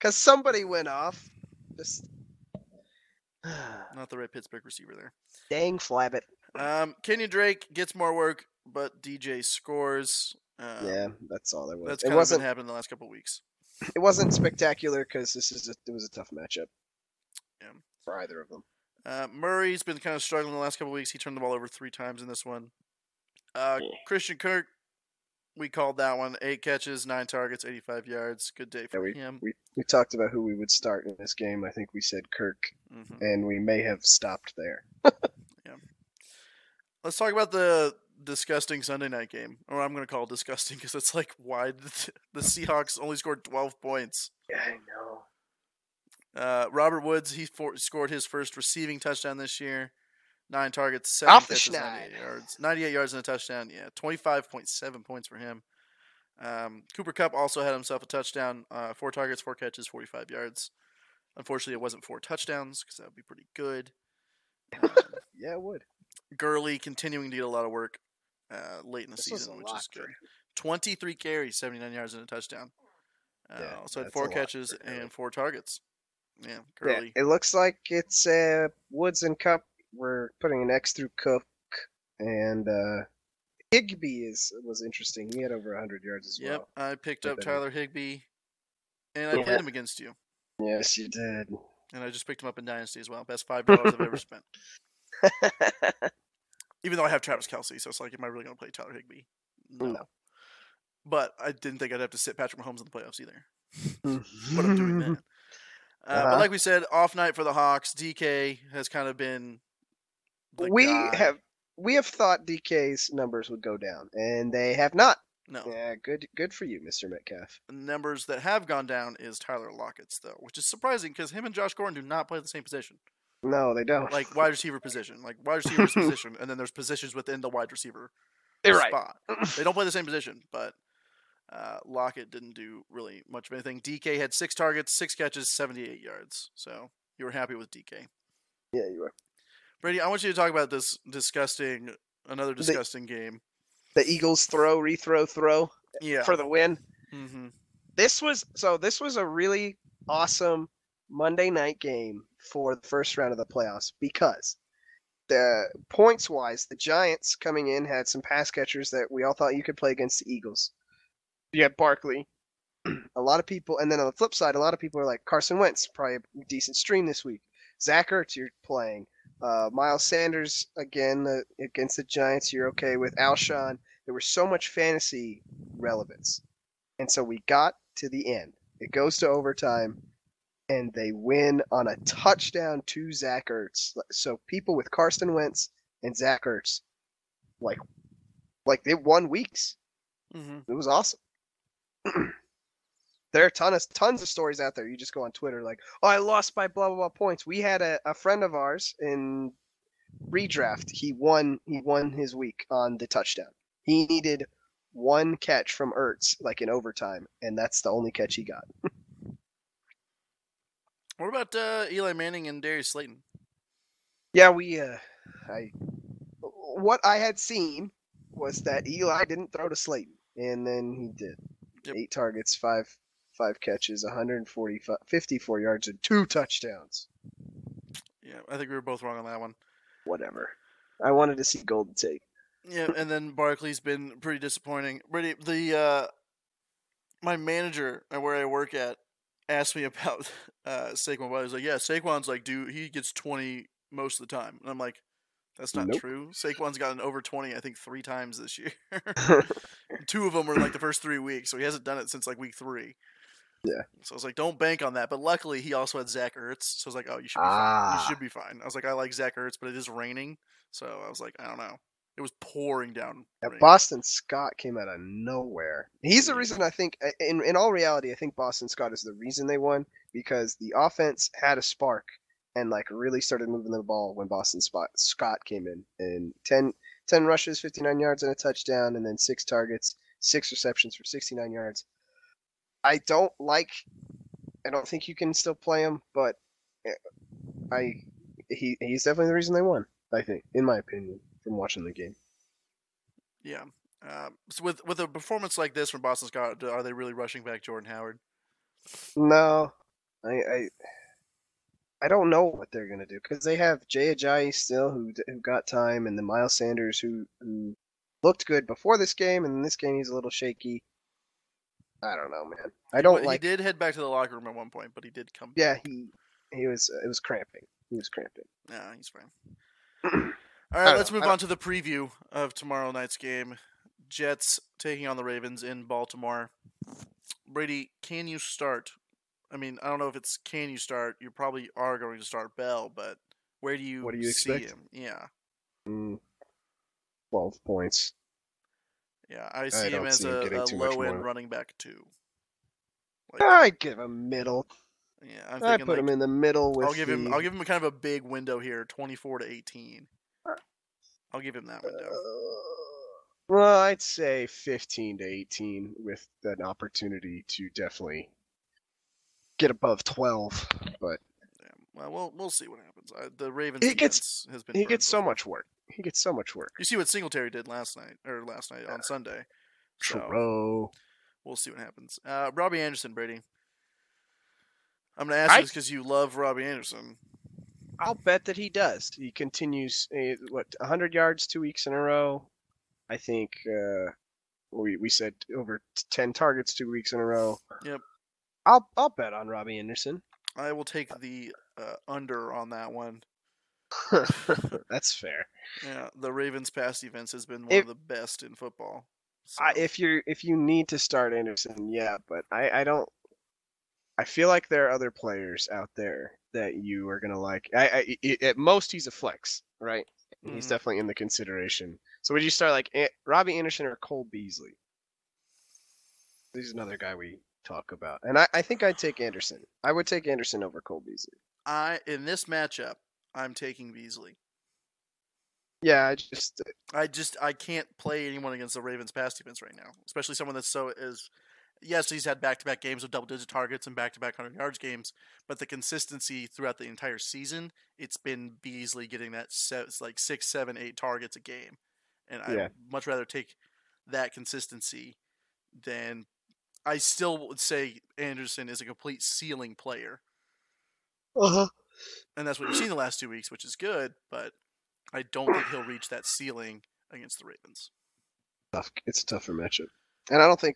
Speaker 2: because somebody went off. Just
Speaker 1: Not the right Pittsburgh receiver there.
Speaker 2: dang flabbit.
Speaker 1: Um, Kenyon Drake gets more work, but DJ scores. Um,
Speaker 2: yeah, that's all there was.
Speaker 1: that's
Speaker 2: it
Speaker 1: kind of
Speaker 2: wasn't.
Speaker 1: been happening the last couple of weeks.
Speaker 2: It wasn't spectacular because this is a, it was a tough matchup.
Speaker 1: Yeah.
Speaker 2: For either of them.
Speaker 1: Uh, Murray's been kind of struggling the last couple of weeks. He turned the ball over three times in this one. Uh,
Speaker 2: Yeah.
Speaker 1: Christian Kirk, we called that one. Eight catches, nine targets, 85 yards. Good day for
Speaker 2: we-
Speaker 1: him.
Speaker 2: We we talked about who we would start in this game. I think we said Kirk,
Speaker 1: Mhm.
Speaker 2: and we may have stopped there.
Speaker 1: Let's talk about the disgusting Sunday night game, or I'm going to call it disgusting because it's like why did the- the Seahawks only scored 12 points.
Speaker 2: Yeah, I know.
Speaker 1: Uh, Robert Woods he for- scored his first receiving touchdown this year. Nine targets, seven
Speaker 2: Off the
Speaker 1: catches,
Speaker 2: schneid.
Speaker 1: 98 yards, 98 yards and a touchdown. Yeah, 25.7 points for him. Um, Cooper Cup also had himself a touchdown. Uh, four targets, four catches, 45 yards. Unfortunately, it wasn't four touchdowns because that would be pretty good. Um,
Speaker 2: Yeah, it would.
Speaker 1: Gurley continuing to get a lot of work uh, late in the
Speaker 2: This was
Speaker 1: season,
Speaker 2: a
Speaker 1: which
Speaker 2: lot,
Speaker 1: is good.
Speaker 2: Greg.
Speaker 1: 23 carries, 79 yards, and a touchdown. Uh,
Speaker 2: Yeah,
Speaker 1: also had
Speaker 2: that's a
Speaker 1: four
Speaker 2: lot
Speaker 1: catches
Speaker 2: for Gurley.
Speaker 1: and four targets. Yeah,
Speaker 2: Yeah,
Speaker 1: Gurley.
Speaker 2: it looks like it's uh, Woods and Cup. We're putting an X through Cook, and uh, Higby is was interesting. He had over 100 yards as
Speaker 1: Yep, I picked
Speaker 2: Good
Speaker 1: up
Speaker 2: thing.
Speaker 1: Tyler Higbee, and I
Speaker 2: Yeah.
Speaker 1: played him against you,
Speaker 2: well. Yes, you did.
Speaker 1: and I just picked him up in Dynasty as well. Best five dollars I've ever spent. Even though I have Travis Kelsey, so it's like, am I really going to play Tyler Higbee?
Speaker 2: No.
Speaker 1: But I didn't think I'd have to sit Patrick Mahomes in the playoffs either.
Speaker 2: but
Speaker 1: but I'm doing that. Uh, But
Speaker 2: Uh-huh.
Speaker 1: like we said, off night for the Hawks. DK has kind of been. the
Speaker 2: we
Speaker 1: guy.
Speaker 2: have we have thought DK's numbers would go down, and they have not.
Speaker 1: no
Speaker 2: Yeah, good good for you, Mr. Metcalf.
Speaker 1: numbers that have gone down is Tyler Lockett's though, which is surprising because him and Josh Gordon do not play the same position,
Speaker 2: No, they don't.
Speaker 1: like wide receiver position, like wide receiver's position, and then there's positions within the wide receiver
Speaker 2: They're
Speaker 1: spot. They don't play the same position, but uh, Lockett didn't do really much of anything. DK had six targets, six catches, 78 yards. So you were happy with DK.
Speaker 2: Yeah, you are.
Speaker 1: Brady, I want you to talk about this disgusting, another
Speaker 2: The-
Speaker 1: disgusting game.
Speaker 2: The Eagles throw, rethrow, throw
Speaker 1: Yeah.
Speaker 2: for the win.
Speaker 1: mm-hmm.
Speaker 2: this was so this was a really awesome Monday night game for the first round of the playoffs because the points wise, the Giants coming in had some pass catchers that we all thought you could play against the Eagles. You had Barkley. a lot of people, and then on the flip side, a lot of people are like Carson Wentz, probably a decent stream this week. Zach Ertz, you're playing. Uh, Miles Sanders again uh, against the Giants, you're okay with. Alshon, there was so much fantasy relevance. And so we got to the end. It goes to overtime, and they win on a touchdown to Zach Ertz. So people with Carson Wentz and Zach Ertz, like, like they won weeks.
Speaker 1: Mm-hmm.
Speaker 2: It was awesome. there are ton of, tons of stories out there. You just go on Twitter, like, oh, I lost by blah, blah, blah points. We had a, a friend of ours in redraft. He won, he won his week on the touchdown. He needed one catch from Ertz, like in overtime, and that's the only catch he got.
Speaker 1: What about uh, Eli Manning and Darius Slayton?
Speaker 2: Yeah, we, uh, I, what I had seen was that Eli didn't throw to Slayton, and then he did.
Speaker 1: Yep.
Speaker 2: Eight targets, five, five catches, 145, 54 yards, and two touchdowns.
Speaker 1: Yeah, I think we were both wrong on that one.
Speaker 2: Whatever. I wanted to see Golden Tate.
Speaker 1: Yeah, and then Barkley's been pretty disappointing. Brady, the uh, my manager at where I work at asked me about uh, Saquon. But I was like, "Yeah, Saquon's like, dude, he gets twenty most of the time," and I'm like, "That's not
Speaker 2: Nope.
Speaker 1: true. Saquon's gotten over twenty, I think, three times this year. Two of them were in like the first three weeks, so he hasn't done it since like week three.
Speaker 2: Yeah.
Speaker 1: So I was like, "Don't bank on that." But luckily, he also had Zach Ertz, so I was like, "Oh, you should be fine.
Speaker 2: ah,
Speaker 1: You should be fine. I was like, I like Zach Ertz, but it is raining, so I was like, I don't know. It was pouring down.
Speaker 2: Yeah,
Speaker 1: rain.
Speaker 2: Boston Scott came out of nowhere. He's the
Speaker 1: Yeah.
Speaker 2: reason I think, in in all reality, I think Boston Scott is the reason they won because the offense had a spark and like really started moving the ball when Boston Spot, Scott came in and 10, 10 rushes, fifty nine yards and a touchdown, and then six targets, six receptions for sixty nine yards. I don't like. I don't think you can still play him, but eh, I he he's definitely the reason they won. I think, in my opinion, from watching the game.
Speaker 1: Yeah. Um, so with with a performance like this from Boston Scott, are they really rushing back Jordan Howard?
Speaker 2: No, I I, I don't know what they're gonna do because they have Jay Ajayi still who who got time, and the Miles Sanders who who looked good before this game, and in this game he's a little shaky. I don't know, man. I don't
Speaker 1: Well,
Speaker 2: like.
Speaker 1: He did head back to the locker room at one point, but he did come.
Speaker 2: Yeah, he he was it was cramping. He was cramping.
Speaker 1: Nah, he's fine. All
Speaker 2: I don't
Speaker 1: right, let's
Speaker 2: know.
Speaker 1: move
Speaker 2: I don't-
Speaker 1: on to the preview of tomorrow night's game. Jets taking on the Ravens in Baltimore. Brady, can you start? I mean, I don't know if it's can you start. You probably are going to start Bell, but where do you
Speaker 2: What do you
Speaker 1: see
Speaker 2: expect?
Speaker 1: him? Yeah,
Speaker 2: Mm, Twelve points.
Speaker 1: yeah, I see him
Speaker 2: don't
Speaker 1: as
Speaker 2: see him
Speaker 1: a,
Speaker 2: getting
Speaker 1: a
Speaker 2: too much
Speaker 1: low end
Speaker 2: more.
Speaker 1: running back too. Like,
Speaker 2: I give him middle.
Speaker 1: yeah, I'm
Speaker 2: I
Speaker 1: thinking
Speaker 2: put
Speaker 1: like,
Speaker 2: him in the middle with.
Speaker 1: I'll give him
Speaker 2: the-
Speaker 1: I'll give him a kind of a big window here, 24 to 18. I'll give him that window.
Speaker 2: Uh, well, I'd say fifteen to eighteen with an opportunity to definitely get above twelve. But
Speaker 1: Yeah, well, we'll we'll see what happens. I, the Ravens
Speaker 2: He gets-
Speaker 1: defense has been
Speaker 2: he
Speaker 1: burned
Speaker 2: gets so
Speaker 1: before.
Speaker 2: much work. He gets so much work.
Speaker 1: You see what Singletary did last night or last night on Sunday. So
Speaker 2: True.
Speaker 1: we'll see what happens. Uh, Robbie Anderson, Brady. I'm gonna ask
Speaker 2: I-
Speaker 1: you this because you love Robbie Anderson.
Speaker 2: I'll bet that he does. He continues eh, what 100 yards two weeks in a row. I think uh, we we said over t- 10 targets two weeks in a row.
Speaker 1: Yep.
Speaker 2: I'll I'll bet on Robbie Anderson.
Speaker 1: I will take the uh, under on that one.
Speaker 2: That's fair.
Speaker 1: Yeah, the Ravens' pass defense has been one
Speaker 2: If-
Speaker 1: of the best in football. So,
Speaker 2: I, if you're if you need to start Anderson, yeah, but I I don't. I feel like there are other players out there that you are gonna like. I, I i- at most he's a flex, right? And He's
Speaker 1: Mhm.
Speaker 2: definitely in the consideration. So would you start like A- Robbie Anderson or Cole Beasley? This is another guy we talk about, and I, I think I'd take Anderson. I would take Anderson over Cole Beasley.
Speaker 1: I in this matchup, I'm taking Beasley.
Speaker 2: Yeah, I just
Speaker 1: I just I can't play anyone against the Ravens pass defense right now, especially someone that's so is. Yes, he's had back to back games of double digit targets and back to back hundred yards games, but the consistency throughout the entire season, it's been Beasley getting that se- it's like six, seven, eight targets a game, and I
Speaker 2: Yeah.
Speaker 1: would much rather take that consistency than I still would say Anderson is a complete ceiling player,
Speaker 2: uh
Speaker 1: and that's what you've seen the last two weeks, which is good, but I don't think he'll reach that ceiling against the Ravens.
Speaker 2: tough. It's a tougher matchup, and I don't think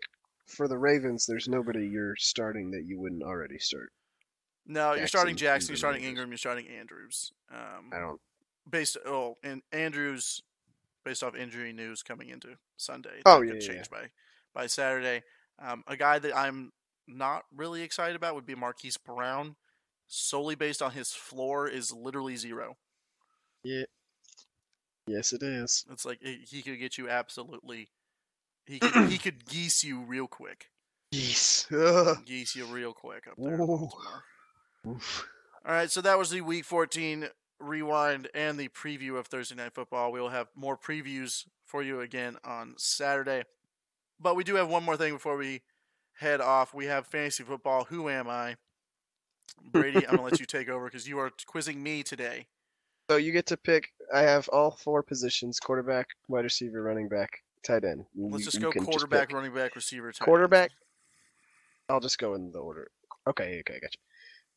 Speaker 2: for the Ravens there's nobody you're starting that you wouldn't already start.
Speaker 1: No, you're starting Jackson,
Speaker 2: Jackson,
Speaker 1: you're
Speaker 2: Ingram,
Speaker 1: starting
Speaker 2: Andrews.
Speaker 1: Ingram, you're starting Andrews. Um,
Speaker 2: I don't.
Speaker 1: based oh, and Andrews, based off injury news coming into Sunday.
Speaker 2: Oh,
Speaker 1: that
Speaker 2: yeah,
Speaker 1: could
Speaker 2: yeah, yeah.
Speaker 1: change by by Saturday. Um, a guy that I'm not really excited about would be Marquise Brown, solely based on his floor is literally zero.
Speaker 2: Yes, it is.
Speaker 1: It's like eh, he could get you absolutely. He could, he could geese you real quick.
Speaker 2: Yes.
Speaker 1: Geese you real quick up there.
Speaker 2: Ooh.
Speaker 1: Baltimore. All right, so that was the Week 14 rewind and the preview of Thursday Night Football. We will have more previews for you again on Saturday. But we do have one more thing before we head off. We have fantasy football. Who am I? Brady, I'm going to let you take over because you are quizzing me today.
Speaker 2: So you get to pick. I have all four positions: quarterback, wide receiver, running back, tight end. You-
Speaker 1: Let's just
Speaker 2: you
Speaker 1: go
Speaker 2: can
Speaker 1: quarterback,
Speaker 2: pick.
Speaker 1: running back, receiver, tight end.
Speaker 2: quarterback. I'll just go in the order. Okay, okay, gotcha.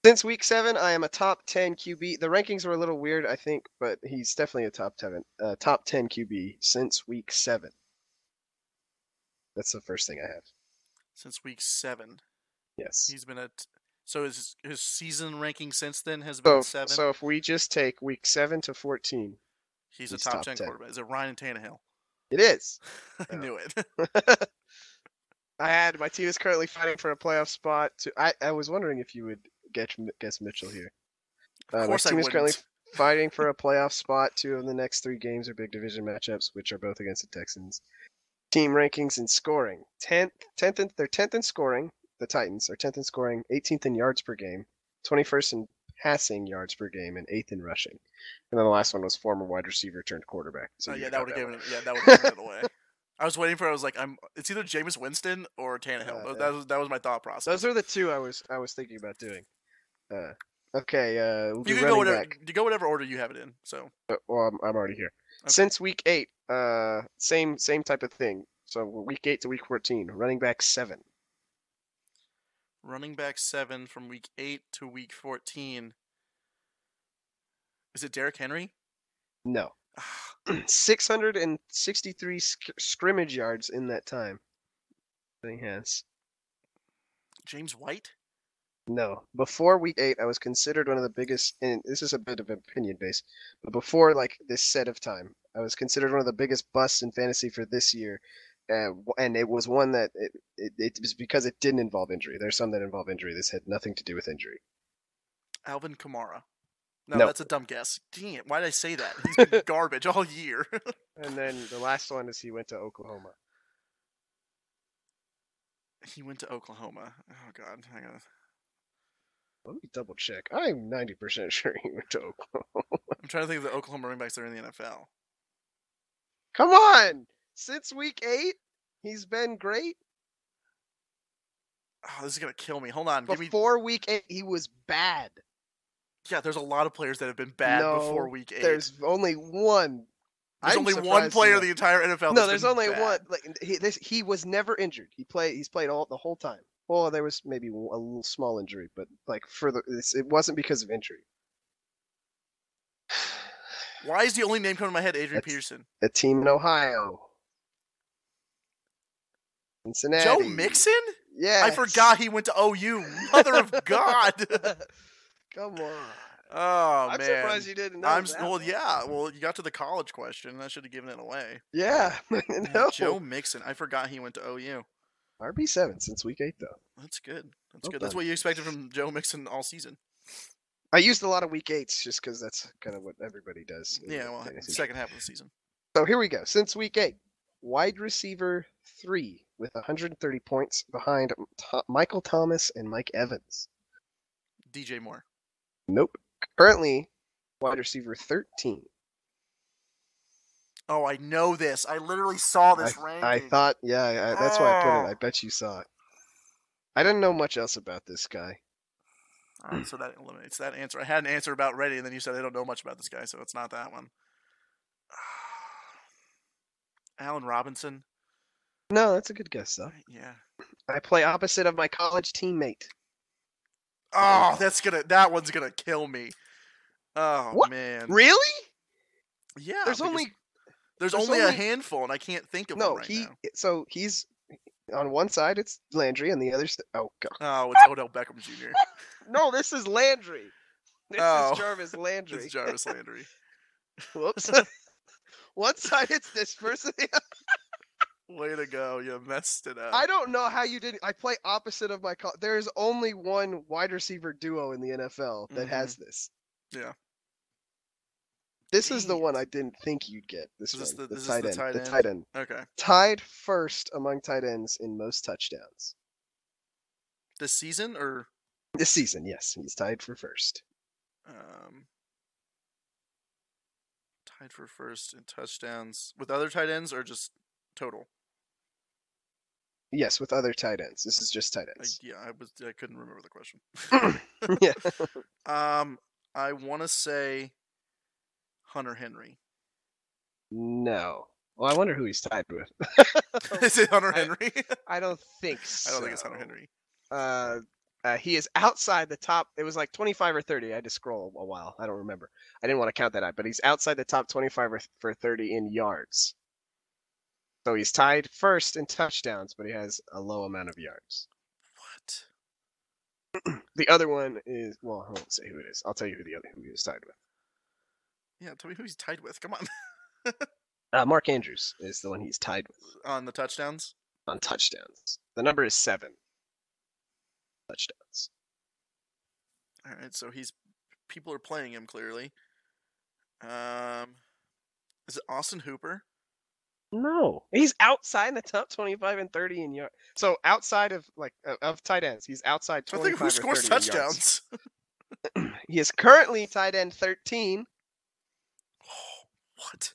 Speaker 2: Since week seven, I am a top ten QB. The rankings were a little weird, I think, but he's definitely a top ten, uh, top ten QB since week seven. That's the first thing I have.
Speaker 1: Since week seven,
Speaker 2: Yes.
Speaker 1: he's been at. So his his season ranking since then has been
Speaker 2: so,
Speaker 1: seven.
Speaker 2: so if we just take week seven to fourteen,
Speaker 1: he's a
Speaker 2: he's
Speaker 1: top,
Speaker 2: top Uh,
Speaker 1: 10,
Speaker 2: 10.
Speaker 1: quarterback. Is it Ryan Tannehill?
Speaker 2: it is.
Speaker 1: I
Speaker 2: Yeah.
Speaker 1: knew it.
Speaker 2: I had my team is currently fighting for a playoff spot. To I, I was wondering if you would get guess Mitchell here. Uh,
Speaker 1: Of
Speaker 2: my
Speaker 1: course I
Speaker 2: team is currently
Speaker 1: wouldn't.
Speaker 2: fighting for a playoff spot. Two of the next three games are big division matchups, which are both against the Texans. Team rankings and scoring: tenth, tenth, in, they're tenth in scoring. The Titans are tenth in scoring, eighteenth in yards per game, twenty-first in passing yards per game, and eighth in rushing. And then the last one was former wide receiver turned quarterback. So
Speaker 1: Oh
Speaker 2: you
Speaker 1: yeah,
Speaker 2: got
Speaker 1: that would have
Speaker 2: that
Speaker 1: given
Speaker 2: one.
Speaker 1: it. Yeah, that would have given it away. I was waiting for. it. I was like, I'm. It's either Jameis Winston or Tannehill.
Speaker 2: Uh,
Speaker 1: That- that was that was my thought process.
Speaker 2: Those are the two I was I was thinking about doing. Uh, Okay, uh, we'll do
Speaker 1: You can
Speaker 2: running
Speaker 1: go whatever
Speaker 2: back.
Speaker 1: you go whatever order you have it in. So
Speaker 2: Uh, Well, I'm, I'm already here. Since week eight, uh, same same type of thing. So week eight to week fourteen, running back seven.
Speaker 1: running back seven from week eight to week fourteen. Is it Derrick Henry?
Speaker 2: No,
Speaker 1: Ah,
Speaker 2: six hundred and sixty-three sc- scrimmage yards in that time. That he has.
Speaker 1: James White?
Speaker 2: No. Before week eight, I was considered one of the biggest, and this is a bit of opinion base, but before like this set of time, I was considered one of the biggest busts in fantasy for this year, uh, w- and it was one that it, it, it was because it didn't involve injury. There's some that involve injury. This had nothing to do with injury.
Speaker 1: Alvin Kamara. No,
Speaker 2: No.
Speaker 1: that's a dumb guess. Damn, why did I say that? He's been garbage all year.
Speaker 2: And then the last one is he went to Oklahoma.
Speaker 1: he went to Oklahoma. Oh god, I gotta
Speaker 2: Let me double check. I'm 90% sure he went to Oklahoma.
Speaker 1: I'm trying to think of the Oklahoma running backs that are in the NFL.
Speaker 2: Come on! Since week eight, he's been great.
Speaker 1: Oh, this is gonna kill me. Hold on, give me
Speaker 2: Before week eight, he was bad.
Speaker 1: Yeah, there's a lot of players that have been bad before
Speaker 2: No,
Speaker 1: week eight.
Speaker 2: There's only one.
Speaker 1: There's
Speaker 2: I'm
Speaker 1: only one
Speaker 2: surprised
Speaker 1: player
Speaker 2: he-
Speaker 1: in the entire NFL.
Speaker 2: no,
Speaker 1: that's
Speaker 2: there's
Speaker 1: been
Speaker 2: only
Speaker 1: bad.
Speaker 2: one. Like he, this, he was never injured. He played. He's played all the whole time. Well, there was maybe a little small injury, but like further, it's, it wasn't because of injury.
Speaker 1: Why is the only name coming to my head Adrian
Speaker 2: That's-
Speaker 1: Peterson?
Speaker 2: A team in Ohio, Cincinnati.
Speaker 1: Joe Mixon?
Speaker 2: Yeah,
Speaker 1: I forgot he went to OU. Mother of God.
Speaker 2: Come on.
Speaker 1: Oh
Speaker 2: I'm
Speaker 1: man.
Speaker 2: surprised you didn't know.
Speaker 1: I'm s-
Speaker 2: that
Speaker 1: well,
Speaker 2: one.
Speaker 1: yeah. Well, you got to the college question. I should have given it away.
Speaker 2: Yeah.
Speaker 1: Yeah,
Speaker 2: no.
Speaker 1: Joe Mixon. I forgot he went to OU.
Speaker 2: RB seven since week eight though.
Speaker 1: That's good. That's
Speaker 2: Well
Speaker 1: good. That's
Speaker 2: done.
Speaker 1: what you expected from Joe Mixon all season.
Speaker 2: I used a lot of week eights just because that's kind of what everybody does. in
Speaker 1: Yeah, well,
Speaker 2: fantasy.
Speaker 1: second half of the season.
Speaker 2: So here we go. Since week eight, wide receiver three with 130 points behind Tho- Michael Thomas and Mike Evans.
Speaker 1: DJ Moore.
Speaker 2: Nope. Currently, wide receiver 13.
Speaker 1: Oh, I know this. I literally saw
Speaker 2: I,
Speaker 1: this ranking.
Speaker 2: I thought, yeah, I, I- that's why I put
Speaker 1: Oh.
Speaker 2: it. I bet you saw it. I didn't know much else about this guy.
Speaker 1: All right, so that eliminates that answer. I had an answer about ready, and then you said I don't know much about this guy, so it's not that one. Allen Robinson.
Speaker 2: No, that's a good guess though.
Speaker 1: Yeah.
Speaker 2: I play opposite of my college teammate.
Speaker 1: Oh, that's gonna. That one's gonna kill me. Oh
Speaker 2: What?
Speaker 1: man.
Speaker 2: Really?
Speaker 1: Yeah.
Speaker 2: There's
Speaker 1: because
Speaker 2: only
Speaker 1: there's,
Speaker 2: there's
Speaker 1: only, a
Speaker 2: only-
Speaker 1: handful, and I can't think of
Speaker 2: no.
Speaker 1: one right
Speaker 2: he
Speaker 1: now.
Speaker 2: so he's on one side it's Landry, and the other. s- Oh god.
Speaker 1: Oh, it's Odell Beckham Jr.
Speaker 2: No, this is Landry. This
Speaker 1: Oh.
Speaker 2: is Jarvis Landry.
Speaker 1: it's Jarvis Landry.
Speaker 2: Whoops. One side it's this person. the other-
Speaker 1: Way to go! You messed it up.
Speaker 2: I don't know how you didn't. I play opposite of my call. There is only one wide receiver duo in the NFL that
Speaker 1: Mhm.
Speaker 2: has this.
Speaker 1: Yeah.
Speaker 2: This is the
Speaker 1: Dang it.
Speaker 2: one I didn't think you'd get. This,
Speaker 1: Is this
Speaker 2: one,
Speaker 1: the-
Speaker 2: the,
Speaker 1: this is
Speaker 2: tight
Speaker 1: the
Speaker 2: end,
Speaker 1: tight
Speaker 2: the
Speaker 1: end?
Speaker 2: tight end,
Speaker 1: Okay.
Speaker 2: tied first among tight ends in most touchdowns
Speaker 1: This season or
Speaker 2: this season. Yes, he's tied for first.
Speaker 1: um, tied for first in touchdowns with other tight ends or just total?
Speaker 2: Yes, with other tight ends. This is just tight
Speaker 1: I,
Speaker 2: ends.
Speaker 1: yeah, I was I couldn't remember the question.
Speaker 2: yeah.
Speaker 1: Um, I want to say Hunter Henry.
Speaker 2: No. Well, I wonder who he's tied with.
Speaker 1: Is it Hunter
Speaker 2: Oh. I-
Speaker 1: Henry? I
Speaker 2: I don't think
Speaker 1: don't think it's Hunter
Speaker 2: so.
Speaker 1: Henry.
Speaker 2: Uh, uh, he is outside the top. It was like 25 or 30. I had to scroll a while. I don't remember. I didn't want to count that out, but he's outside the top 25 or for 30 in yards. So he's tied first in touchdowns, but he has a low amount of yards.
Speaker 1: What?
Speaker 2: The other one is well, I won't say who it is. I'll tell you who the other who he was tied with.
Speaker 1: Yeah, tell me who he's tied with. Come on,
Speaker 2: Uh, Mark Andrews is the one he's tied with
Speaker 1: on the touchdowns.
Speaker 2: on touchdowns. The number is seven. Touchdowns.
Speaker 1: All right, so he's people are playing him clearly. Um, is it Austin Hooper?
Speaker 2: No, he's outside the top twenty-five and thirty in yards. So outside of like uh, of tight ends, he's outside
Speaker 1: I
Speaker 2: twenty-five.
Speaker 1: think who
Speaker 2: or
Speaker 1: scores
Speaker 2: 30 in yards.
Speaker 1: touchdowns?
Speaker 2: He is currently tight end thirteen.
Speaker 1: what?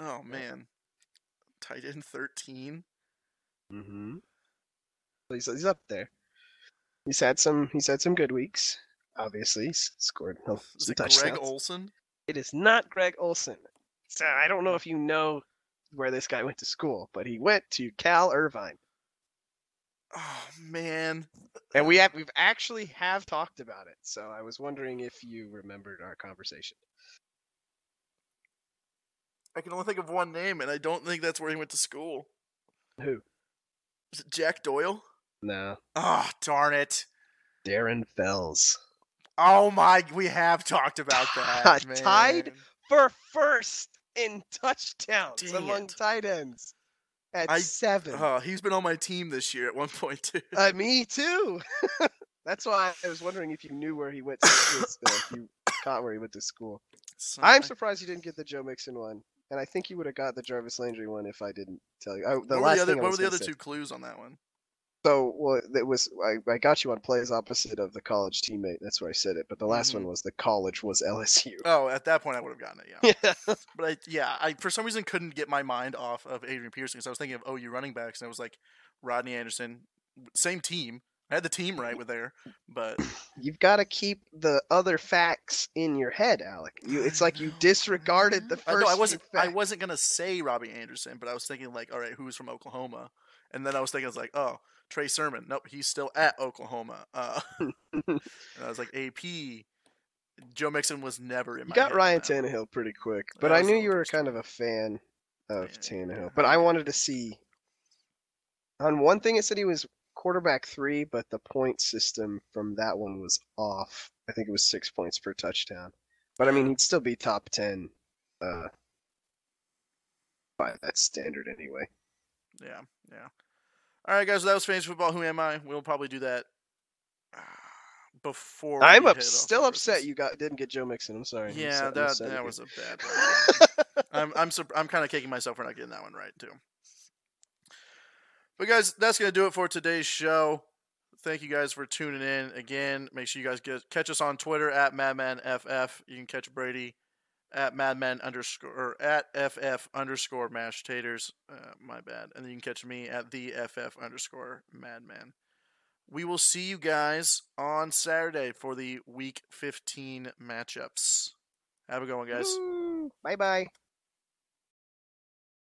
Speaker 1: Oh man, tight end thirteen.
Speaker 2: Mm-hmm. He's, he's up there. He's had some. He's had some good weeks. obviously s- scored no
Speaker 1: Is
Speaker 2: some
Speaker 1: it Greg
Speaker 2: touchdowns.
Speaker 1: Olson?
Speaker 2: It is not Greg Olson. So I don't know if you know where this guy went to school, but he went to Cal Irvine,
Speaker 1: Oh man,
Speaker 2: and we have we've actually have talked about it. So I was wondering if you remembered our conversation.
Speaker 1: I can only think of one name, and I don't think that's where he went to school.
Speaker 2: Who?
Speaker 1: Is it Jack Doyle?
Speaker 2: No,
Speaker 1: Oh darn it!
Speaker 2: Darren Fells
Speaker 1: Oh my, we have talked about that. man.
Speaker 2: Tied? for first in touchdowns
Speaker 1: Dang
Speaker 2: among
Speaker 1: it.
Speaker 2: tight ends at
Speaker 1: I-
Speaker 2: seven.
Speaker 1: Oh, he's been on my team this year at one point too.
Speaker 2: Uh, me too. That's why I was wondering if you knew where he went to school. Still, if you caught where he went to school.
Speaker 1: So
Speaker 2: I'm
Speaker 1: I-
Speaker 2: surprised you didn't get the Joe Mixon one, and I think you would have got the Jarvis Landry one if I didn't tell you. I,
Speaker 1: what
Speaker 2: the last
Speaker 1: were the other,
Speaker 2: thing
Speaker 1: what
Speaker 2: I
Speaker 1: were
Speaker 2: was
Speaker 1: the
Speaker 2: gonna
Speaker 1: other
Speaker 2: say-
Speaker 1: two clues on that one?
Speaker 2: So, well, it was I, I got you on plays opposite of the college teammate. That's where I said it. But the last
Speaker 1: Mm-hmm.
Speaker 2: one was the college was LSU.
Speaker 1: Oh, at that point I would have gotten it. Yeah.
Speaker 2: Yeah.
Speaker 1: But I, yeah, I for some reason couldn't get my mind off of Adrian Peterson because I was thinking of OU running backs and I was like Rodney Anderson, same team. I had the team right with there, but
Speaker 2: You've got to keep the other facts in your head, Alec. You, it's like you disregarded the
Speaker 1: I,
Speaker 2: first.
Speaker 1: no, I
Speaker 2: few
Speaker 1: wasn't. I
Speaker 2: facts.
Speaker 1: wasn't gonna say Robbie Anderson, but I was thinking like, all right, who's from Oklahoma? And then I was thinking, I was like, oh, Trey Sermon. Nope, he's still at Oklahoma. Uh, and I was like, AP. Joe Mixon was never in.
Speaker 2: You
Speaker 1: my
Speaker 2: got
Speaker 1: head
Speaker 2: Ryan
Speaker 1: now.
Speaker 2: Tannehill pretty quick,
Speaker 1: That
Speaker 2: but I
Speaker 1: was
Speaker 2: knew
Speaker 1: the
Speaker 2: you were
Speaker 1: first
Speaker 2: kind of a fan of
Speaker 1: Yeah,
Speaker 2: Tannehill.
Speaker 1: yeah.
Speaker 2: But I wanted to see. On one thing, it said he was quarterback three, but the point system from that one was off. I think it was six points per touchdown. But I mean, he'd still be top ten uh, by that standard anyway.
Speaker 1: Yeah, yeah. All right, guys. So that was fantasy football. Who am I? We'll probably do that uh, before.
Speaker 2: I'm
Speaker 1: we
Speaker 2: up,
Speaker 1: head off
Speaker 2: still
Speaker 1: for
Speaker 2: upset
Speaker 1: Christmas.
Speaker 2: you got didn't get Joe Mixon. I'm sorry. I'm
Speaker 1: Yeah,
Speaker 2: upset- I'm
Speaker 1: that
Speaker 2: upset with
Speaker 1: that
Speaker 2: you.
Speaker 1: was a bad. one. I'm I'm sur- I'm kind of kicking myself for not getting that one right too. But guys, that's gonna do it for today's show. Thank you guys for tuning in again. Make sure you guys get catch us on Twitter at MadmanFF. You can catch Brady at Madman underscore or at FF underscore Mash Taters. Uh, my bad. And then you can catch me at the FF underscore Madman. We will see you guys on Saturday for the Week 15 matchups. Have a good one, guys.
Speaker 2: Bye bye.